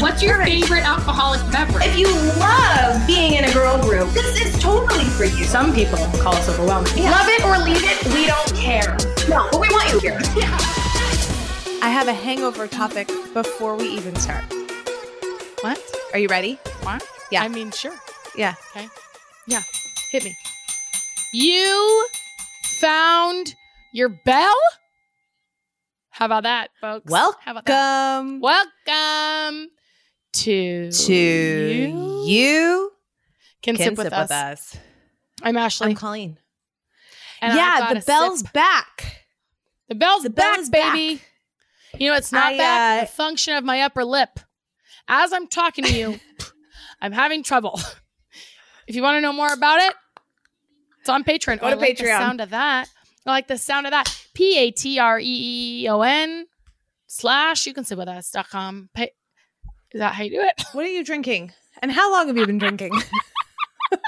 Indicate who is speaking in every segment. Speaker 1: What's your favorite alcoholic beverage?
Speaker 2: If you love being in a girl group, this is totally for you.
Speaker 3: Some people call us overwhelming.
Speaker 2: Love it or leave it, we don't care. No, but we want you here.
Speaker 4: I have a hangover topic before we even start.
Speaker 3: What?
Speaker 4: Are you ready?
Speaker 3: What?
Speaker 4: Yeah.
Speaker 3: I mean, sure.
Speaker 4: Yeah.
Speaker 3: Okay. Yeah. Hit me. You found your bell? How about that, folks? How about that?
Speaker 4: Welcome
Speaker 3: Welcome to
Speaker 4: to you.
Speaker 3: Can, sip, with, us. I'm Ashley.
Speaker 4: I'm Colleen.
Speaker 3: and I've
Speaker 4: yeah,
Speaker 3: got
Speaker 4: the
Speaker 3: a
Speaker 4: bell's
Speaker 3: sip.
Speaker 4: back.
Speaker 3: The bell's
Speaker 4: the bell
Speaker 3: back,
Speaker 4: is back.
Speaker 3: baby. You know, it's not
Speaker 4: I,
Speaker 3: back.
Speaker 4: uh,
Speaker 3: the function of my upper lip. As I'm talking to you, I'm having trouble. If you want to know more about it, it's on Patreon.
Speaker 4: Go
Speaker 3: Oh,
Speaker 4: to
Speaker 3: I like The
Speaker 4: Patreon.
Speaker 3: sound of that. I like the sound of that. P A T R E E O N slash you can sit with us dot com. Pa- Is that how you do it?
Speaker 4: What are you drinking? And how long have you been drinking?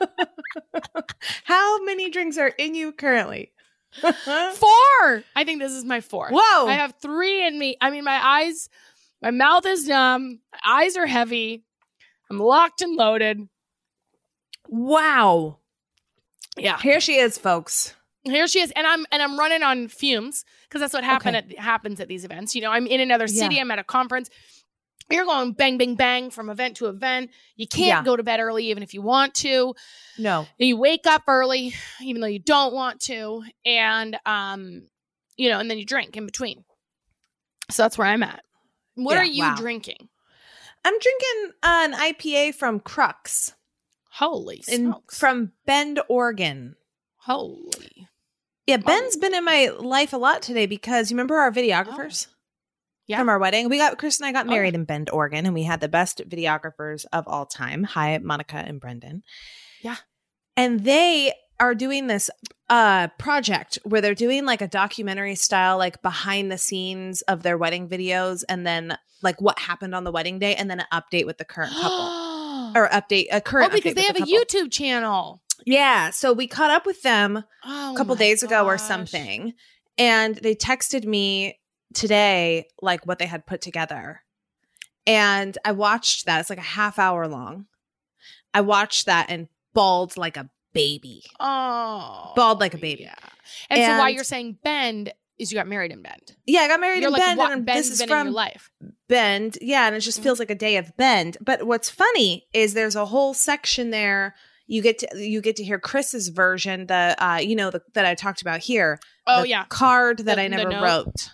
Speaker 4: how many drinks are in you currently? Whoa.
Speaker 3: Four. I think this is my fourth. I have three in me. I mean, my eyes, my mouth is numb. My eyes are heavy. I'm locked and loaded.
Speaker 4: wow.
Speaker 3: Yeah.
Speaker 4: Here she is, folks.
Speaker 3: Here she is, and I'm and I'm running on fumes because that's what happen at, happens at these events. You know, I'm in another city. I'm at a conference. You're going bang, bang, bang from event to event. You can't
Speaker 4: Yeah.
Speaker 3: go to bed early, even if you want to.
Speaker 4: No.
Speaker 3: You wake up early, even though you don't want to, and um, you know, and then you drink in between. So that's where I'm at. What
Speaker 4: Yeah,
Speaker 3: are you
Speaker 4: wow.
Speaker 3: drinking?
Speaker 4: I'm drinking an IPA from Crux
Speaker 3: Holy
Speaker 4: in,
Speaker 3: smokes!
Speaker 4: from Bend, Oregon.
Speaker 3: Holy,
Speaker 4: Yeah,
Speaker 3: Oh.
Speaker 4: Ben's been in my life a lot today because you remember our videographers?
Speaker 3: Oh. Yeah.
Speaker 4: From our wedding. We got Chris and I got
Speaker 3: Oh.
Speaker 4: married in Bend, Oregon, and we had the best videographers of all time. Hi, Monica and Brendan.
Speaker 3: Yeah.
Speaker 4: And they are doing this uh project where they're doing like a documentary style, like behind the scenes of their wedding videos and then like what happened on the wedding day and then an update with the current couple.
Speaker 3: oh,
Speaker 4: Or update a current.
Speaker 3: because
Speaker 4: update
Speaker 3: they
Speaker 4: with
Speaker 3: have
Speaker 4: the
Speaker 3: a
Speaker 4: couple.
Speaker 3: YouTube channel.
Speaker 4: Yeah. So we caught up with them
Speaker 3: Oh,
Speaker 4: a couple
Speaker 3: my
Speaker 4: days ago or
Speaker 3: gosh.
Speaker 4: something and they texted me today like what they had put together and i watched that it's like a half hour long i watched that and bawled like a baby
Speaker 3: Oh,
Speaker 4: Bald like a baby.
Speaker 3: Yeah. And, so, why
Speaker 4: And-
Speaker 3: you're saying bend is you got married in Bend.
Speaker 4: yeah i got married
Speaker 3: You're
Speaker 4: in
Speaker 3: like,
Speaker 4: bend
Speaker 3: what
Speaker 4: and
Speaker 3: Bend's
Speaker 4: this is
Speaker 3: been in your
Speaker 4: from
Speaker 3: life? Mm-hmm.
Speaker 4: bend yeah and it just feels like a day of bend but what's funny is there's a whole section there you get to you get to hear chris's version the uh you know the, that i talked about here
Speaker 3: Oh
Speaker 4: the
Speaker 3: yeah,
Speaker 4: card that
Speaker 3: The-
Speaker 4: I
Speaker 3: the
Speaker 4: never
Speaker 3: note.
Speaker 4: wrote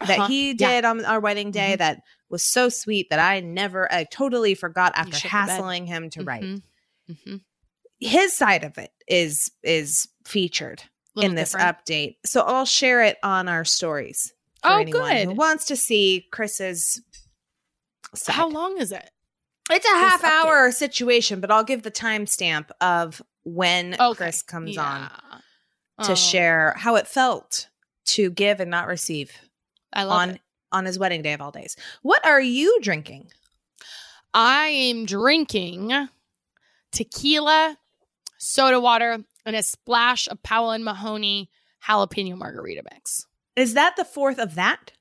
Speaker 4: that
Speaker 3: Uh-huh.
Speaker 4: he
Speaker 3: Yeah. Mm-hmm.
Speaker 4: did on our wedding day that was so sweet that I never I totally forgot after
Speaker 3: shook the bed.
Speaker 4: hassling him to write.
Speaker 3: Mhm. Mhm.
Speaker 4: His side of it is is featured
Speaker 3: Little
Speaker 4: in this
Speaker 3: different.
Speaker 4: update. So I'll share it on our stories. for
Speaker 3: Oh,
Speaker 4: anyone Who
Speaker 3: good.
Speaker 4: wants to see Chris's side.
Speaker 3: How long is it?
Speaker 4: It's a
Speaker 3: this
Speaker 4: half hour situation, but I'll give the timestamp of when
Speaker 3: Okay.
Speaker 4: Chris comes on
Speaker 3: Yeah.
Speaker 4: to
Speaker 3: Oh,
Speaker 4: share how it felt to give and not receive
Speaker 3: I love
Speaker 4: on
Speaker 3: it.
Speaker 4: on his wedding day of all days. What are you drinking?
Speaker 3: I am drinking tequila, soda water, and a splash of Powell and Mahoney jalapeno margarita mix.
Speaker 4: Is that the fourth of that?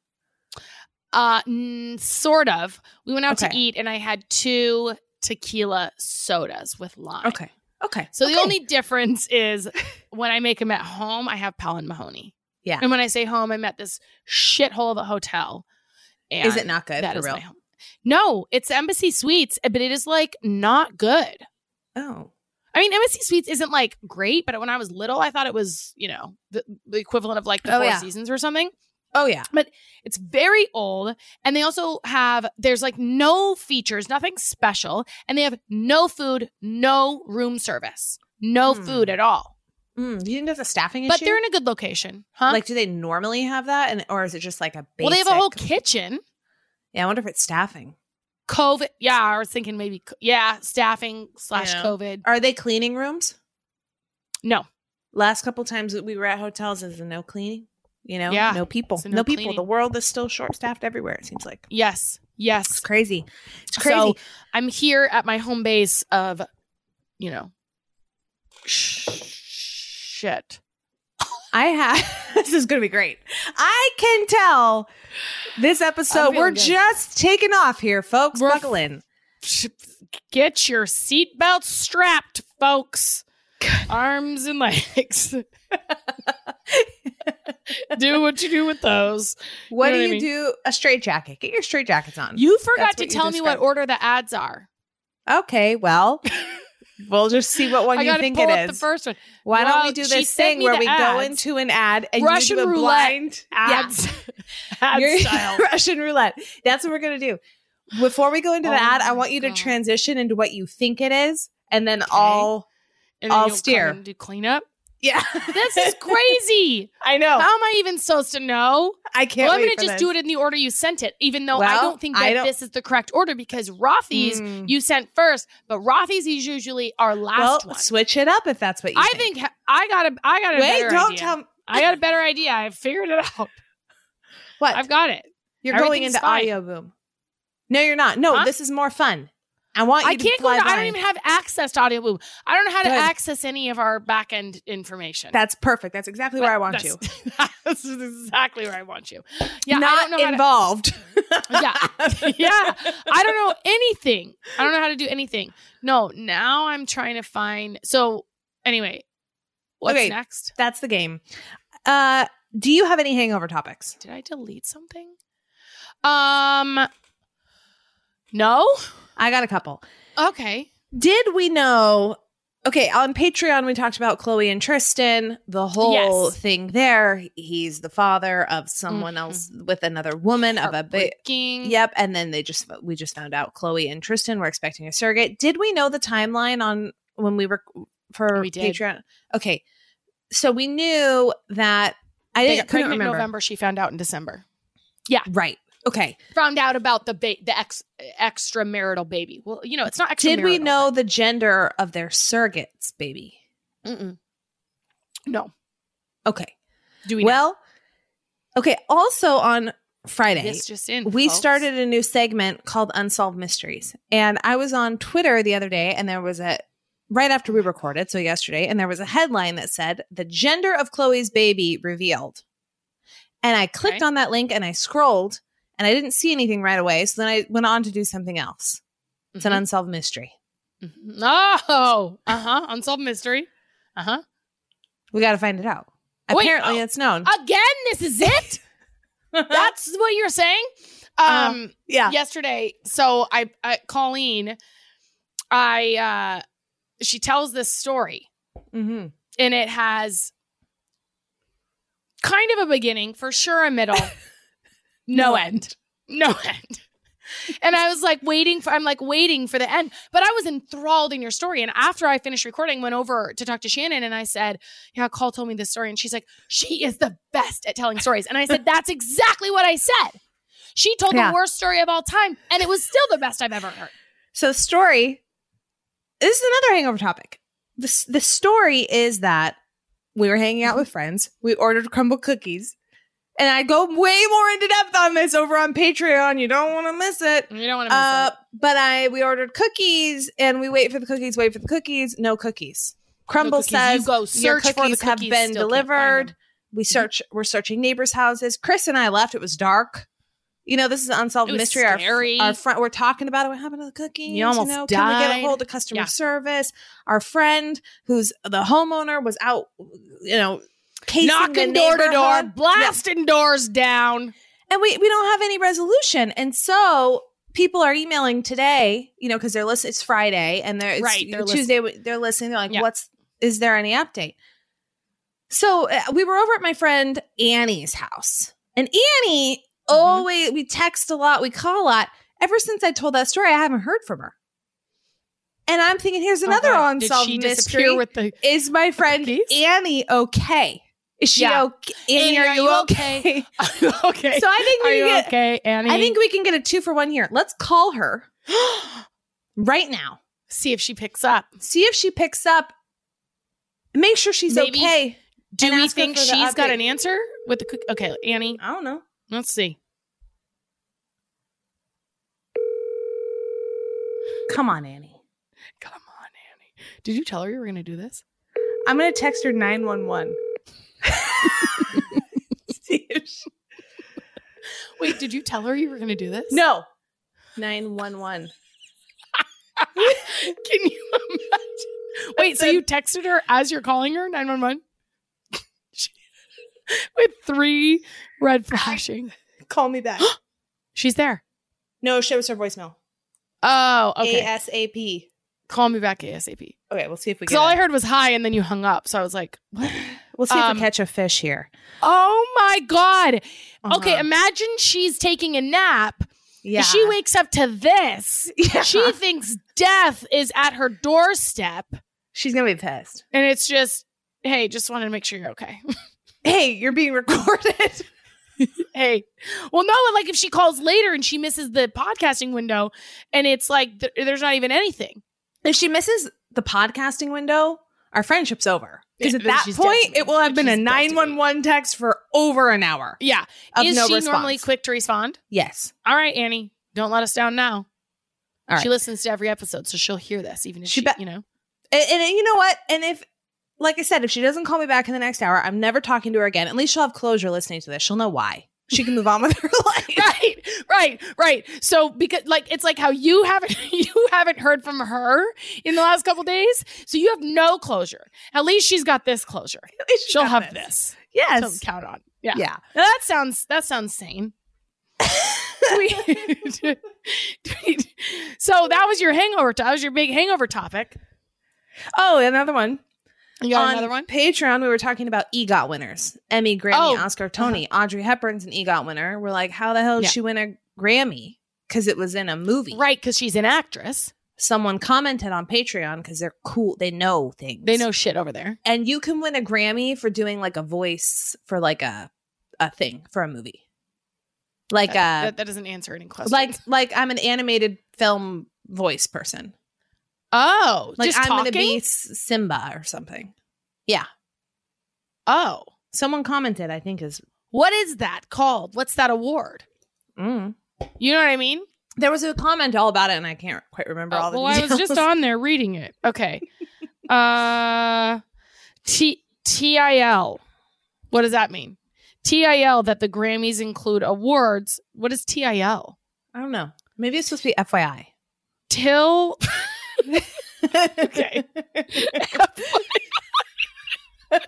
Speaker 3: Uh, mm, sort of. We went out to
Speaker 4: Okay.
Speaker 3: eat, and I had two tequila sodas with lime.
Speaker 4: Okay. Okay.
Speaker 3: So the
Speaker 4: Okay.
Speaker 3: only difference is when I make them at home, I have Pal and Mahoney.
Speaker 4: Yeah.
Speaker 3: And when I say home, I'm at this shithole of a hotel. And
Speaker 4: is it not good
Speaker 3: that
Speaker 4: for
Speaker 3: is
Speaker 4: real?
Speaker 3: my home. No, it's Embassy Suites, eh, but it is like not good.
Speaker 4: Oh.
Speaker 3: I mean, Embassy Suites isn't like great, but when I was little, I thought it was, you know, the, the equivalent of like the
Speaker 4: Oh,
Speaker 3: Four
Speaker 4: yeah.
Speaker 3: Seasons or something.
Speaker 4: Oh yeah.
Speaker 3: It's very old. And they also have, there's like no features, nothing special. And they have no food, no room service, no
Speaker 4: Hmm.
Speaker 3: food at all.
Speaker 4: Mm, you didn't have the staffing
Speaker 3: But
Speaker 4: issue.
Speaker 3: they're in a good location, huh?
Speaker 4: like, do they normally have that, and or is it just like a basic?
Speaker 3: well, they have a whole kitchen.
Speaker 4: Yeah, I wonder if it's staffing.
Speaker 3: COVID. Yeah, I was thinking maybe. c- Yeah, staffing slash
Speaker 4: Yeah.
Speaker 3: COVID.
Speaker 4: Are they cleaning rooms?
Speaker 3: No.
Speaker 4: Last couple times that we were at hotels, is no cleaning. You know,
Speaker 3: Yeah.
Speaker 4: no people,
Speaker 3: It's a
Speaker 4: no,
Speaker 3: no
Speaker 4: people.
Speaker 3: cleaning.
Speaker 4: The world is still short staffed everywhere. It seems like
Speaker 3: Yes.
Speaker 4: it's
Speaker 3: Yes.
Speaker 4: crazy. It's
Speaker 3: So-
Speaker 4: crazy.
Speaker 3: I'm here at my home base of, you know, sh- shit.
Speaker 4: I have. this is going to be great. I can tell this
Speaker 3: I'm
Speaker 4: episode.
Speaker 3: feeling
Speaker 4: We're
Speaker 3: good.
Speaker 4: just taking off here, folks.
Speaker 3: We're-
Speaker 4: Buckle in.
Speaker 3: get your seatbelt strapped, folks. Arms and legs. do what you do with those.
Speaker 4: What
Speaker 3: know
Speaker 4: do
Speaker 3: what I
Speaker 4: you
Speaker 3: mean?
Speaker 4: do? A straight jacket. Get your straight jackets on.
Speaker 3: You forgot
Speaker 4: That's
Speaker 3: to
Speaker 4: what you
Speaker 3: tell me what
Speaker 4: described.
Speaker 3: order the ads are.
Speaker 4: okay, well, we'll just see what one
Speaker 3: I
Speaker 4: Oh, you
Speaker 3: gotta
Speaker 4: think
Speaker 3: pull
Speaker 4: it
Speaker 3: up
Speaker 4: is.
Speaker 3: the first one.
Speaker 4: Why don't
Speaker 3: Well,
Speaker 4: we do
Speaker 3: she
Speaker 4: this
Speaker 3: sent
Speaker 4: thing
Speaker 3: me
Speaker 4: where
Speaker 3: the
Speaker 4: we go
Speaker 3: ads.
Speaker 4: into an ad and
Speaker 3: Russian
Speaker 4: you do a
Speaker 3: roulette.
Speaker 4: blind
Speaker 3: Ads. Ad
Speaker 4: You're-
Speaker 3: style.
Speaker 4: Russian roulette. That's what we're gonna do. Before we go into
Speaker 3: Oh
Speaker 4: the ad,
Speaker 3: my
Speaker 4: I want you
Speaker 3: God.
Speaker 4: to transition into what you think it is, and then
Speaker 3: Okay.
Speaker 4: I'll
Speaker 3: And then
Speaker 4: I'll
Speaker 3: you'll come
Speaker 4: steer.
Speaker 3: and do cleanup.
Speaker 4: yeah.
Speaker 3: This is crazy.
Speaker 4: I know.
Speaker 3: How am I even supposed to know?
Speaker 4: I Oh. can't.
Speaker 3: well, I'm
Speaker 4: wait
Speaker 3: gonna
Speaker 4: for
Speaker 3: just
Speaker 4: this.
Speaker 3: do it in the order you sent it, even though I
Speaker 4: Well,
Speaker 3: don't think
Speaker 4: I
Speaker 3: that
Speaker 4: don't-
Speaker 3: this is the correct order because Rothy's
Speaker 4: Mm.
Speaker 3: you sent first, but Rothy's is usually our
Speaker 4: well,
Speaker 3: last one.
Speaker 4: switch it up if that's what you.
Speaker 3: I think ha- I got a I got a
Speaker 4: Wait,
Speaker 3: better
Speaker 4: don't
Speaker 3: idea.
Speaker 4: tell me
Speaker 3: I got a better idea. I figured it out.
Speaker 4: what
Speaker 3: I've got it.
Speaker 4: you're going
Speaker 3: everything's
Speaker 4: into
Speaker 3: fine.
Speaker 4: audio boom. No, you're not. No,
Speaker 3: Huh?
Speaker 4: this is more fun. I want you
Speaker 3: I
Speaker 4: to
Speaker 3: can't go.
Speaker 4: fly
Speaker 3: To, I don't
Speaker 4: blind.
Speaker 3: even have access to audio boom. I don't know how to
Speaker 4: Good.
Speaker 3: access any of our back end information.
Speaker 4: That's perfect. That's exactly where I want you.
Speaker 3: That's exactly where I want you. Yeah,
Speaker 4: not
Speaker 3: I don't know how to-
Speaker 4: involved.
Speaker 3: Yeah. Yeah. I don't know anything. I don't know how to do anything. No, now I'm trying to find. So anyway, what's
Speaker 4: Okay.
Speaker 3: next?
Speaker 4: That's the game. Uh, do you have any hangover topics?
Speaker 3: Did I delete something? Um, no.
Speaker 4: I got a couple.
Speaker 3: Okay.
Speaker 4: Did we know? Okay, on Patreon, we talked about Chloe and Tristan, the whole
Speaker 3: Yes.
Speaker 4: thing there. He's the father of someone
Speaker 3: Mhm.
Speaker 4: else with another woman of a big.
Speaker 3: Heartbreaking.
Speaker 4: Yep, and then they just we just found out Chloe and Tristan were expecting a surrogate. Did we know the timeline on when we were for
Speaker 3: We did.
Speaker 4: Patreon? Okay, so we knew that I
Speaker 3: They
Speaker 4: didn't
Speaker 3: got
Speaker 4: couldn't
Speaker 3: pregnant in
Speaker 4: remember.
Speaker 3: November. She found out in December.
Speaker 4: Right. Okay.
Speaker 3: Found out about the ba- the ex- extramarital baby. Well, you know, it's not extramarital.
Speaker 4: Did we know the gender of their surrogates, baby?
Speaker 3: but- Mm-mm. No.
Speaker 4: Okay.
Speaker 3: Do we know?
Speaker 4: well, okay. Also on Friday,
Speaker 3: This just in.
Speaker 4: we
Speaker 3: folks.
Speaker 4: started a new segment called Unsolved Mysteries. And I was on Twitter the other day, and there was a right after we recorded, so yesterday, and there was a headline that said, The gender of Chloe's baby revealed. And I clicked
Speaker 3: Okay.
Speaker 4: on that link and I scrolled and I didn't see anything right away. So then I went on to do something else. It's an
Speaker 3: Mhm.
Speaker 4: unsolved mystery.
Speaker 3: Mhm. Oh, uh huh. Unsolved mystery. Uh huh.
Speaker 4: We got to find it out.
Speaker 3: Wait,
Speaker 4: Apparently,
Speaker 3: oh.
Speaker 4: it's known.
Speaker 3: Again, this is it. That's what you're saying. Um,
Speaker 4: Uh, yeah.
Speaker 3: yesterday, so I, I Colleen, I, uh, she tells this story,
Speaker 4: Mm-hmm.
Speaker 3: and it has kind of a beginning, for sure, a middle, no,
Speaker 4: No
Speaker 3: end, no end. And I was like waiting for, I'm like waiting for the end, but I was enthralled in your story. And after I finished recording, went over to talk to Shannon and I said, Yeah, Call told me this story. And she's like, She is the best at telling stories. And I said, That's exactly what I said. She told
Speaker 4: Yeah.
Speaker 3: the worst story of all time, and it was still the best I've ever heard.
Speaker 4: So the story. This is another hangover topic. This the story is that we were hanging out with friends. We ordered crumble cookies, and I go way more into depth on this over on Patreon. You don't want to miss it.
Speaker 3: You don't want to miss
Speaker 4: Uh, but I we ordered cookies, and we wait for the cookies. Wait for the cookies. No cookies.
Speaker 3: it. No
Speaker 4: Crumble
Speaker 3: cookies.
Speaker 4: says
Speaker 3: you go
Speaker 4: your
Speaker 3: search for the
Speaker 4: cookies have
Speaker 3: cookies,
Speaker 4: been
Speaker 3: still can't find
Speaker 4: delivered.
Speaker 3: them.
Speaker 4: We search. We're searching neighbors' houses. Chris and I left. It was dark. You know, this is an unsolved
Speaker 3: It was
Speaker 4: mystery. Our-
Speaker 3: scary.
Speaker 4: Our, friend, we're talking about it. What happened to the cookies?
Speaker 3: almost
Speaker 4: know, Can we get
Speaker 3: died.
Speaker 4: a hold of customer
Speaker 3: Yeah.
Speaker 4: service? Our friend, who's the homeowner, was out. You know, casing
Speaker 3: knocking
Speaker 4: the
Speaker 3: door to door,
Speaker 4: neighborhood.
Speaker 3: blasting doors down.
Speaker 4: and we we don't have any resolution. And so people are emailing today. You know, because they're listening. It's Friday, and they're it's
Speaker 3: Right, they're
Speaker 4: Tuesday. They're listening. They're like,
Speaker 3: Yeah.
Speaker 4: "What's is there any update?" So uh, we were over at my friend Annie's house, and Annie
Speaker 3: Mm-hmm.
Speaker 4: always we text a lot, we call a lot. Ever since I told that story, I haven't heard from her. And I'm thinking, here's another
Speaker 3: Oh, God.
Speaker 4: unsolved
Speaker 3: Did she
Speaker 4: mystery.
Speaker 3: disappear with the
Speaker 4: is my friend
Speaker 3: cookies?
Speaker 4: Annie okay? Is she
Speaker 3: Yeah.
Speaker 4: okay? Annie, are you okay?
Speaker 3: okay?
Speaker 4: so I think
Speaker 3: Are
Speaker 4: we
Speaker 3: you
Speaker 4: can get,
Speaker 3: okay, Annie?
Speaker 4: I think we can get a two for one here. Let's call her right now.
Speaker 3: see if she picks up.
Speaker 4: See if she picks up. Make sure she's
Speaker 3: Maybe-
Speaker 4: okay.
Speaker 3: Do
Speaker 4: And
Speaker 3: we
Speaker 4: ask her
Speaker 3: think
Speaker 4: for the
Speaker 3: she's got
Speaker 4: update.
Speaker 3: an answer with the cook? Okay, Annie.
Speaker 4: I don't know.
Speaker 3: Let's see.
Speaker 4: Come on, Annie.
Speaker 3: Come on, Annie. Did you tell her you were going to do this?
Speaker 4: I'm gonna text her nine one one.
Speaker 3: Wait, did you tell her you were going to do this?
Speaker 4: No. Nine one one.
Speaker 3: Can you imagine? Wait, so you texted her as you're calling her 911? With three red flashing.
Speaker 4: Call me back.
Speaker 3: She's there.
Speaker 4: no, show us her voicemail.
Speaker 3: Oh, okay.
Speaker 4: ASAP.
Speaker 3: Call me back ASAP.
Speaker 4: Okay, we'll see if we
Speaker 3: Because
Speaker 4: get
Speaker 3: all I
Speaker 4: it.
Speaker 3: heard was hi, and then you hung up. So I was like, what?
Speaker 4: We'll see if
Speaker 3: um,
Speaker 4: we catch a fish here.
Speaker 3: Oh my God. Okay,
Speaker 4: Uh-huh.
Speaker 3: imagine she's taking a nap.
Speaker 4: yeah.
Speaker 3: She wakes up to this.
Speaker 4: Yeah.
Speaker 3: She thinks death is at her doorstep.
Speaker 4: She's gonna be pissed.
Speaker 3: And it's just, hey, just wanted to make sure you're okay.
Speaker 4: Hey, you're being recorded.
Speaker 3: hey, well, no, like if she calls later and she misses the podcasting window and it's like th- there's not even anything.
Speaker 4: if she misses the podcasting window, our friendship's over. Because
Speaker 3: Yeah,
Speaker 4: at
Speaker 3: then
Speaker 4: that
Speaker 3: she's
Speaker 4: point,
Speaker 3: decimated.
Speaker 4: it will have been a
Speaker 3: She's decimated.
Speaker 4: 911 text for over an hour
Speaker 3: Yeah.
Speaker 4: of
Speaker 3: Is
Speaker 4: no
Speaker 3: she
Speaker 4: response.
Speaker 3: normally quick to respond?
Speaker 4: Yes.
Speaker 3: All right, Annie, don't let us down now.
Speaker 4: All right.
Speaker 3: She listens to every episode, so she'll hear this, even if
Speaker 4: She
Speaker 3: she,
Speaker 4: bet-
Speaker 3: you know.
Speaker 4: And, and you know what? And if, like I said, if she doesn't call me back in the next hour, I'm never talking to her again. At least she'll have closure listening to this. She'll know why. She can move on with her life.
Speaker 3: Right, right, right. So because like it's like how you haven't you haven't heard from her in the last couple days, so you have no closure. At least she's got this closure.
Speaker 4: At least she
Speaker 3: She'll
Speaker 4: got
Speaker 3: have this.
Speaker 4: Yes.
Speaker 3: Don't count on. Yeah.
Speaker 4: yeah.
Speaker 3: Now that sounds that sounds sane. Tweet. Tweet. so that was your hangover. To- that was your big hangover topic.
Speaker 4: Oh, another one.
Speaker 3: You got
Speaker 4: on
Speaker 3: another one?
Speaker 4: Patreon, we were talking about EGOT winners Emmy, Grammy,
Speaker 3: Oh.
Speaker 4: Oscar, Tony. Audrey Hepburn's an EGOT winner. We're like, how the hell did
Speaker 3: Yeah.
Speaker 4: she win a Grammy? Because it was in a movie.
Speaker 3: Right, because she's an actress.
Speaker 4: Someone commented on Patreon because they're cool. They know things.
Speaker 3: They know shit over there.
Speaker 4: And you can win a Grammy for doing like a voice for like a a thing for a movie. Like
Speaker 3: that,
Speaker 4: a
Speaker 3: that, that doesn't answer any questions.
Speaker 4: like like I'm an animated film voice person.
Speaker 3: oh,
Speaker 4: Like
Speaker 3: just
Speaker 4: I'm
Speaker 3: talking.
Speaker 4: gonna be S- Simba or something.
Speaker 3: oh,
Speaker 4: Someone commented, I think is
Speaker 3: what is that called? What's that award?
Speaker 4: mm.
Speaker 3: You know what I mean?
Speaker 4: there was a comment all about it, and I can't quite remember all
Speaker 3: Oh,
Speaker 4: the
Speaker 3: well, I was just
Speaker 4: details.
Speaker 3: on there reading it. Okay. uh, T T I L. What does that mean? T I L that the Grammys include awards. What is T I L?
Speaker 4: I don't know. Maybe it's supposed to be FYI.
Speaker 3: Till Okay.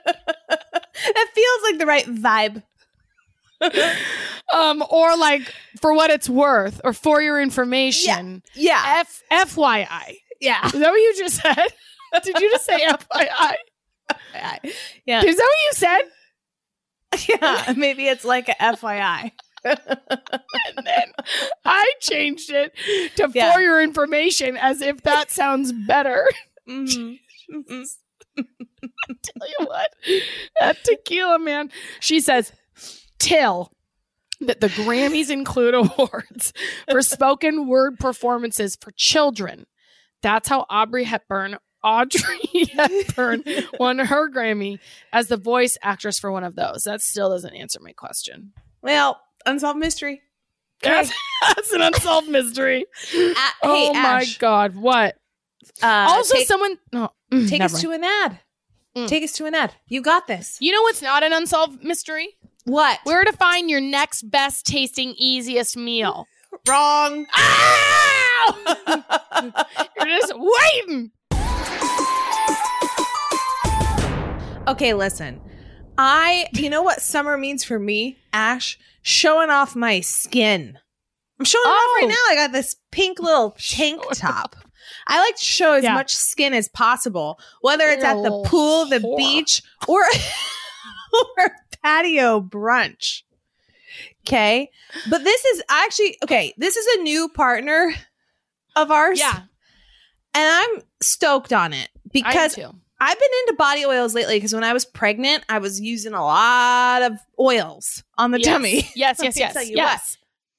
Speaker 4: that feels like the right vibe.
Speaker 3: um or like for what it's worth or for your information.
Speaker 4: Yeah.
Speaker 3: F FYI.
Speaker 4: Yeah.
Speaker 3: Is that what you just said? Did you just say FYI?
Speaker 4: Yeah.
Speaker 3: Is that what you said?
Speaker 4: Yeah. Maybe it's like a FYI.
Speaker 3: And then I changed it to
Speaker 4: Yeah.
Speaker 3: for your information as if that sounds better.
Speaker 4: Mhm. Mhm.
Speaker 3: tell you what, that tequila man. She says, till that the Grammys include awards for spoken word performances for children. That's how Aubrey Hepburn, Audrey Hepburn, won her Grammy as the voice actress for one of those. That still doesn't answer my question.
Speaker 4: Well, unsolved mystery.
Speaker 3: That's, that's an unsolved mystery.
Speaker 4: A- hey,
Speaker 3: oh
Speaker 4: Ash,
Speaker 3: my god, what?
Speaker 4: uh,
Speaker 3: also,
Speaker 4: take,
Speaker 3: someone no, mm,
Speaker 4: take
Speaker 3: never
Speaker 4: us
Speaker 3: mind.
Speaker 4: to an ad.
Speaker 3: Mm.
Speaker 4: Take us to an ad. You got this.
Speaker 3: You know what's not an unsolved mystery?
Speaker 4: What?
Speaker 3: Where to find your next best tasting, easiest meal.
Speaker 4: wrong.
Speaker 3: Ow! You're just waiting.
Speaker 4: Okay, listen. I, you know what summer means for me, Ash? Showing off my skin. I'm showing it off right
Speaker 3: Oh.
Speaker 4: now. I got this pink little tank
Speaker 3: Showing
Speaker 4: top. I like to show as
Speaker 3: Yeah.
Speaker 4: much skin as possible, whether it's
Speaker 3: You're a
Speaker 4: at the
Speaker 3: little
Speaker 4: pool, the
Speaker 3: whore.
Speaker 4: beach, or or patio brunch. Okay, but this is actually okay. This is a new partner of ours,
Speaker 3: Yeah,
Speaker 4: and I'm stoked on it because
Speaker 3: I am too.
Speaker 4: I've been into body oils lately because when I was pregnant, I was using a lot of oils on the
Speaker 3: yes.
Speaker 4: tummy.
Speaker 3: Yes,
Speaker 4: Let
Speaker 3: yes,
Speaker 4: me
Speaker 3: yes,
Speaker 4: tell you
Speaker 3: yes.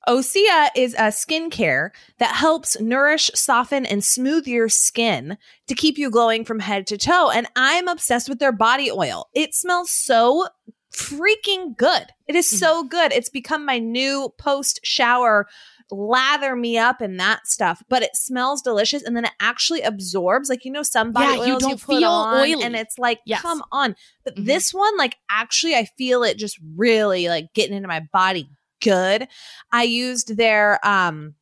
Speaker 4: Osea is a skincare that helps nourish, soften, and smooth your skin to keep you glowing from head to toe. And I'm obsessed with their body oil. It smells so freaking good. It
Speaker 3: Hmm.
Speaker 4: is so good. It's become my new post shower lather me up and that stuff. But it smells delicious and then it actually absorbs. Like you know, some body
Speaker 3: Yeah,
Speaker 4: oils
Speaker 3: you
Speaker 4: you,
Speaker 3: don't
Speaker 4: put
Speaker 3: feel
Speaker 4: on
Speaker 3: oily.
Speaker 4: and it's like,
Speaker 3: Yes.
Speaker 4: come on. But
Speaker 3: Mhm.
Speaker 4: this one, like actually, I feel it just really like getting into my body good. I used their um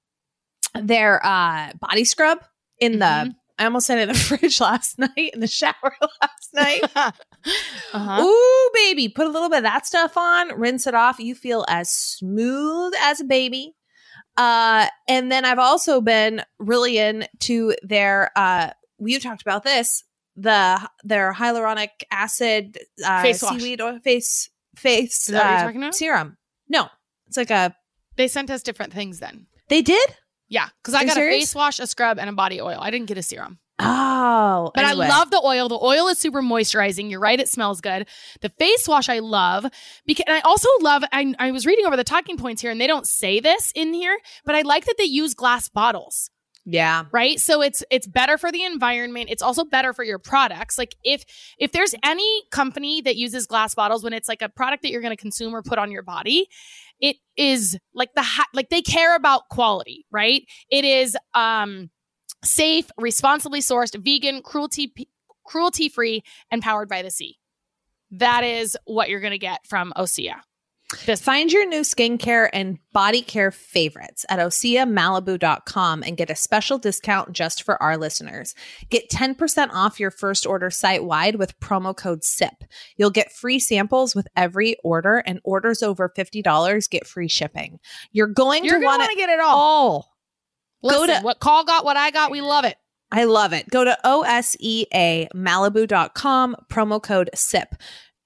Speaker 4: their uh body scrub in the I almost said it in the fridge last night in the shower last night.
Speaker 3: Uh-huh.
Speaker 4: Ooh, baby, put a little bit of that stuff on, rinse it off. You feel as smooth as a baby. Uh, and then I've also been really into their uh you talked about this, the their hyaluronic acid uh
Speaker 3: Face wash.
Speaker 4: seaweed oil face face
Speaker 3: Is that what you're
Speaker 4: uh,
Speaker 3: talking about?
Speaker 4: serum. No. It's like a
Speaker 3: They sent us different things then.
Speaker 4: they did?
Speaker 3: Yeah, because I
Speaker 4: Are you
Speaker 3: got a
Speaker 4: serious?
Speaker 3: face wash, a scrub, and a body oil. I didn't get a serum,
Speaker 4: Oh.
Speaker 3: but
Speaker 4: anyway.
Speaker 3: I love the oil. The oil is super moisturizing. You're right; it smells good. The face wash I love because and I also love. I, I was reading over the talking points here, and they don't say this in here, but I like that they use glass bottles.
Speaker 4: Yeah.
Speaker 3: right so it's it's better for the environment it's also better for your products like if if there's any company that uses glass bottles when it's like a product that you're going to consume or put on your body it is like the hi- like they care about quality right it is um safe responsibly sourced vegan cruelty cruelty free and powered by the sea that is what you're going to get from osea
Speaker 4: Find your new skincare and body care favorites at oseamalibu.com and get a special discount just for our listeners. Get 10% off your first order site wide with promo code SIP. You'll get free samples with every order, and orders over $50 get free shipping. You're going
Speaker 3: you're
Speaker 4: to
Speaker 3: going to
Speaker 4: want
Speaker 3: want
Speaker 4: to.
Speaker 3: to get it all
Speaker 4: Oh, Go
Speaker 3: Listen,
Speaker 4: to-
Speaker 3: what call got what i got we love it
Speaker 4: I love it. Go to E oseamalibu.com, promo code SIP.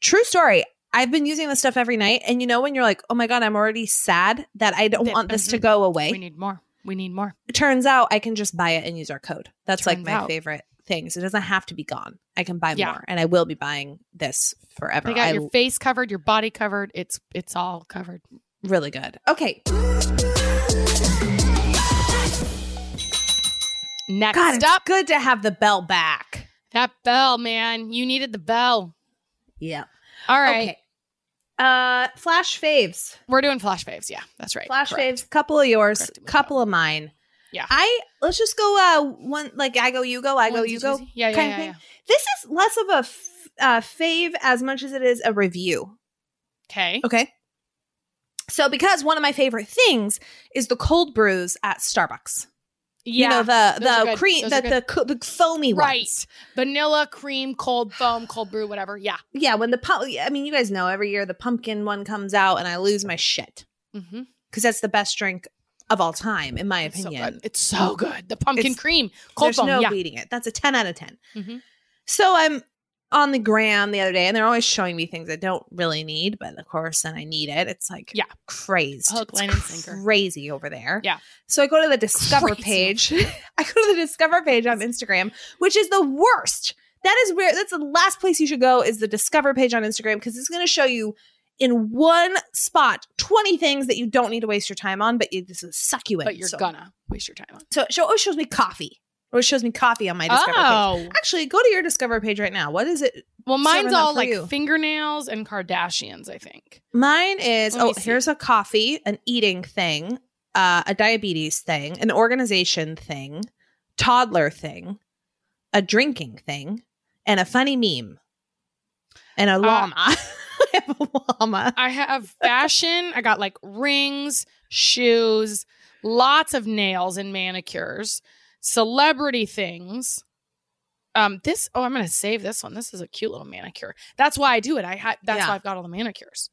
Speaker 4: True story. I've been using this stuff every night. And you know, when you're like, oh my God, I'm already sad that I don't
Speaker 3: That-
Speaker 4: want this to
Speaker 3: mhm.
Speaker 4: go
Speaker 3: we
Speaker 4: away.
Speaker 3: need more we need more
Speaker 4: It turns out I can just buy it and use our code. That's like
Speaker 3: Turns
Speaker 4: my
Speaker 3: out.
Speaker 4: favorite things. It doesn't have to be gone. I can buy
Speaker 3: Yeah.
Speaker 4: more and I will be buying this forever.
Speaker 3: They got
Speaker 4: I
Speaker 3: your face covered, your body covered. It's it's all covered.
Speaker 4: really good. Okay.
Speaker 3: Next
Speaker 4: God, it's
Speaker 3: up,
Speaker 4: good to have the bell back.
Speaker 3: that bell, man. You needed the bell.
Speaker 4: Yeah.
Speaker 3: All
Speaker 4: All
Speaker 3: right,
Speaker 4: right. Uh, flash faves.
Speaker 3: we're doing flash faves. Yeah, that's right.
Speaker 4: Flash
Speaker 3: Correct.
Speaker 4: faves, couple of yours,
Speaker 3: Correct.
Speaker 4: couple of mine.
Speaker 3: Yeah.
Speaker 4: I let's just go uh one like I go you go, I go
Speaker 3: Onesie,
Speaker 4: you go.
Speaker 3: twosie. Yeah, yeah,
Speaker 4: kind
Speaker 3: yeah,
Speaker 4: of
Speaker 3: yeah.
Speaker 4: thing. This is less of a f- uh, fave as much as it is a review.
Speaker 3: Okay.
Speaker 4: Okay. So because one of my favorite things is the cold brews at Starbucks.
Speaker 3: Yeah.
Speaker 4: You know the
Speaker 3: those are
Speaker 4: the
Speaker 3: good.
Speaker 4: cream
Speaker 3: Those
Speaker 4: the,
Speaker 3: are
Speaker 4: the co- the foamy
Speaker 3: Right.
Speaker 4: ones.
Speaker 3: Vanilla cream, cold foam, cold brew, whatever. Yeah.
Speaker 4: Yeah, when the pu- I mean you guys know every year the pumpkin one comes out and I lose my shit
Speaker 3: Mm-hmm.
Speaker 4: cuz that's the best drink of all time in my
Speaker 3: It's so
Speaker 4: opinion.
Speaker 3: good. It's so good. The pumpkin
Speaker 4: It's-
Speaker 3: cream, cold
Speaker 4: There's
Speaker 3: foam.
Speaker 4: no
Speaker 3: yeah.
Speaker 4: beating it. That's a 10 out of 10.
Speaker 3: Mhm.
Speaker 4: So I'm on the gram the other day, and they're always showing me things I don't really need, but of course, then I need it. It's like
Speaker 3: Yeah.
Speaker 4: crazed.
Speaker 3: Hook,
Speaker 4: It's
Speaker 3: line, and sinker.
Speaker 4: Crazy over there.
Speaker 3: Yeah.
Speaker 4: So I go to the Discover
Speaker 3: Crazy.
Speaker 4: page. I go to the Discover page on Instagram, which is the worst. That is where that's the last place you should go is the Discover page on Instagram because it's going to show you in one spot 20 things that you don't need to waste your time on, but it just will suck you in.
Speaker 3: But you're
Speaker 4: So-
Speaker 3: gonna waste your time on.
Speaker 4: so it show- always shows me coffee. Or it shows me coffee on my Discover page.
Speaker 3: Oh.
Speaker 4: Actually, go to your Discover page right now. What is it?
Speaker 3: Well, mine's
Speaker 4: Serving up
Speaker 3: all
Speaker 4: for
Speaker 3: like
Speaker 4: you.
Speaker 3: fingernails and Kardashians, I think.
Speaker 4: Mine is
Speaker 3: Let me
Speaker 4: oh,
Speaker 3: see.
Speaker 4: here's a coffee, an eating thing, uh, a diabetes thing, an organization thing, toddler thing, a drinking thing, and a funny meme, and
Speaker 3: Um,
Speaker 4: a llama. I have a llama.
Speaker 3: I have fashion. I got like rings, shoes, lots of nails and manicures, celebrity things. Um, this oh, I'm gonna save this one. This is a cute little manicure. That's why I do it. I ha- that's
Speaker 4: Yeah.
Speaker 3: why I've got all the manicures.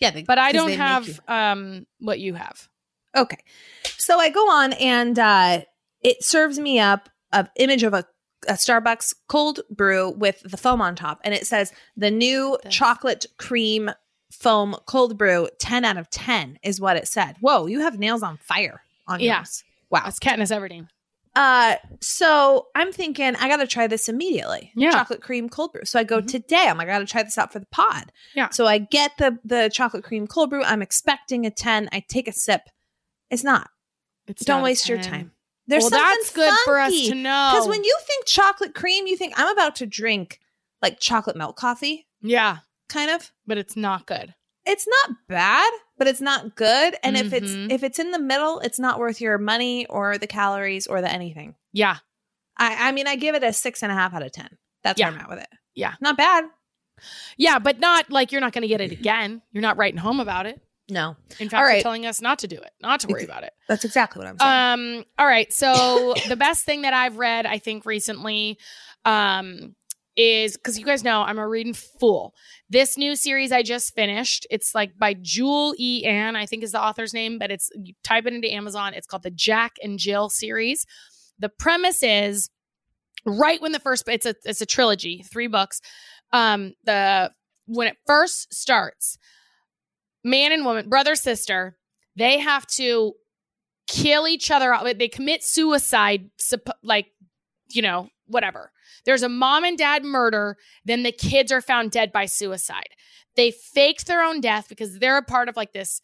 Speaker 4: Yeah,
Speaker 3: But I don't have um what you have.
Speaker 4: Okay. So I go on and uh, it serves me up an image of a, a Starbucks cold brew with the foam on top. And it says the new
Speaker 3: The-
Speaker 4: chocolate cream foam cold brew, 10 out of 10 is what it said. Whoa, you have nails on fire on
Speaker 3: Yeah.
Speaker 4: yours. Wow.
Speaker 3: That's Katniss Everdeen.
Speaker 4: Uh, so I'm thinking I got to try this immediately.
Speaker 3: Yeah.
Speaker 4: Chocolate cream cold brew. So I go
Speaker 3: Mhm.
Speaker 4: today. I'm like, I got to try this out for the pod.
Speaker 3: Yeah.
Speaker 4: So I get the the chocolate cream cold brew. I'm expecting a 10. I take a sip. It's not.
Speaker 3: It's
Speaker 4: Don't
Speaker 3: not a
Speaker 4: waste your
Speaker 3: 10.
Speaker 4: time. There's
Speaker 3: well,
Speaker 4: something
Speaker 3: that's good for us to know.
Speaker 4: Because when you think chocolate cream, you think I'm about to drink like chocolate melt coffee,
Speaker 3: yeah,
Speaker 4: kind of.
Speaker 3: but it's not good.
Speaker 4: It's not bad, but it's not good. And if it's
Speaker 3: Mhm.
Speaker 4: if it's in the middle, it's not worth your money or the calories or the anything.
Speaker 3: Yeah,
Speaker 4: I I mean, I give it a six and a half out of ten. That's
Speaker 3: Yeah.
Speaker 4: where I'm at with it.
Speaker 3: Yeah.
Speaker 4: not bad.
Speaker 3: yeah, but not like you're not gonna get it again. You're not writing home about it.
Speaker 4: No,
Speaker 3: In fact,
Speaker 4: All
Speaker 3: you're
Speaker 4: right.
Speaker 3: telling us not to do it, not to worry about it.
Speaker 4: that's exactly what I'm saying.
Speaker 3: Um, all right. So the best thing that I've read, I think, recently, um, is because you guys know I'm a reading fool. This new series I just finished. It's like by Jewel E. Ann, I think is the author's name, but it's you type it into Amazon. It's called the Jack and Jill series. The premise is right when the first it's a it's a trilogy, three books. Um, the when it first starts, man and woman, brother, sister, they have to kill each other out. They commit suicide, supp- like, you know, whatever. There's a mom and dad murder, then the kids are found dead by suicide. They faked their own death because they're a part of like this.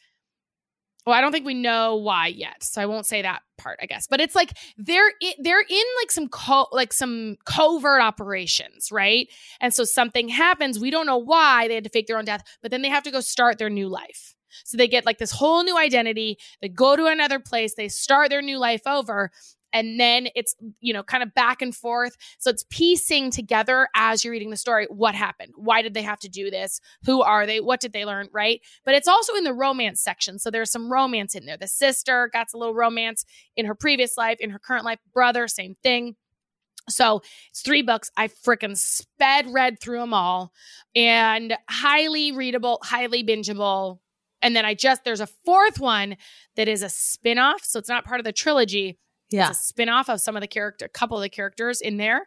Speaker 3: Well, I don't think we know why yet, so I won't say that part, I guess. But it's like they're in, they're in like some co- like some covert operations, right? And so something happens. We don't know why they had to fake their own death, but then they have to go start their new life. So they get like this whole new identity. They go to another place, they start their new life over. And then it's, you know, kind of back and forth. So it's piecing together as you're reading the story what happened? Why did they have to do this? Who are they? What did they learn? Right. But it's also in the romance section. So there's some romance in there. The sister got a little romance in her previous life, in her current life. Brother, same thing. So it's three books. I freaking sped read through them all and highly readable, highly bingeable. And then I just, there's a fourth one that is a spin-off. So it's not part of the trilogy.
Speaker 4: yeah,
Speaker 3: It's a spin-off of some of the character, a couple of the characters in there.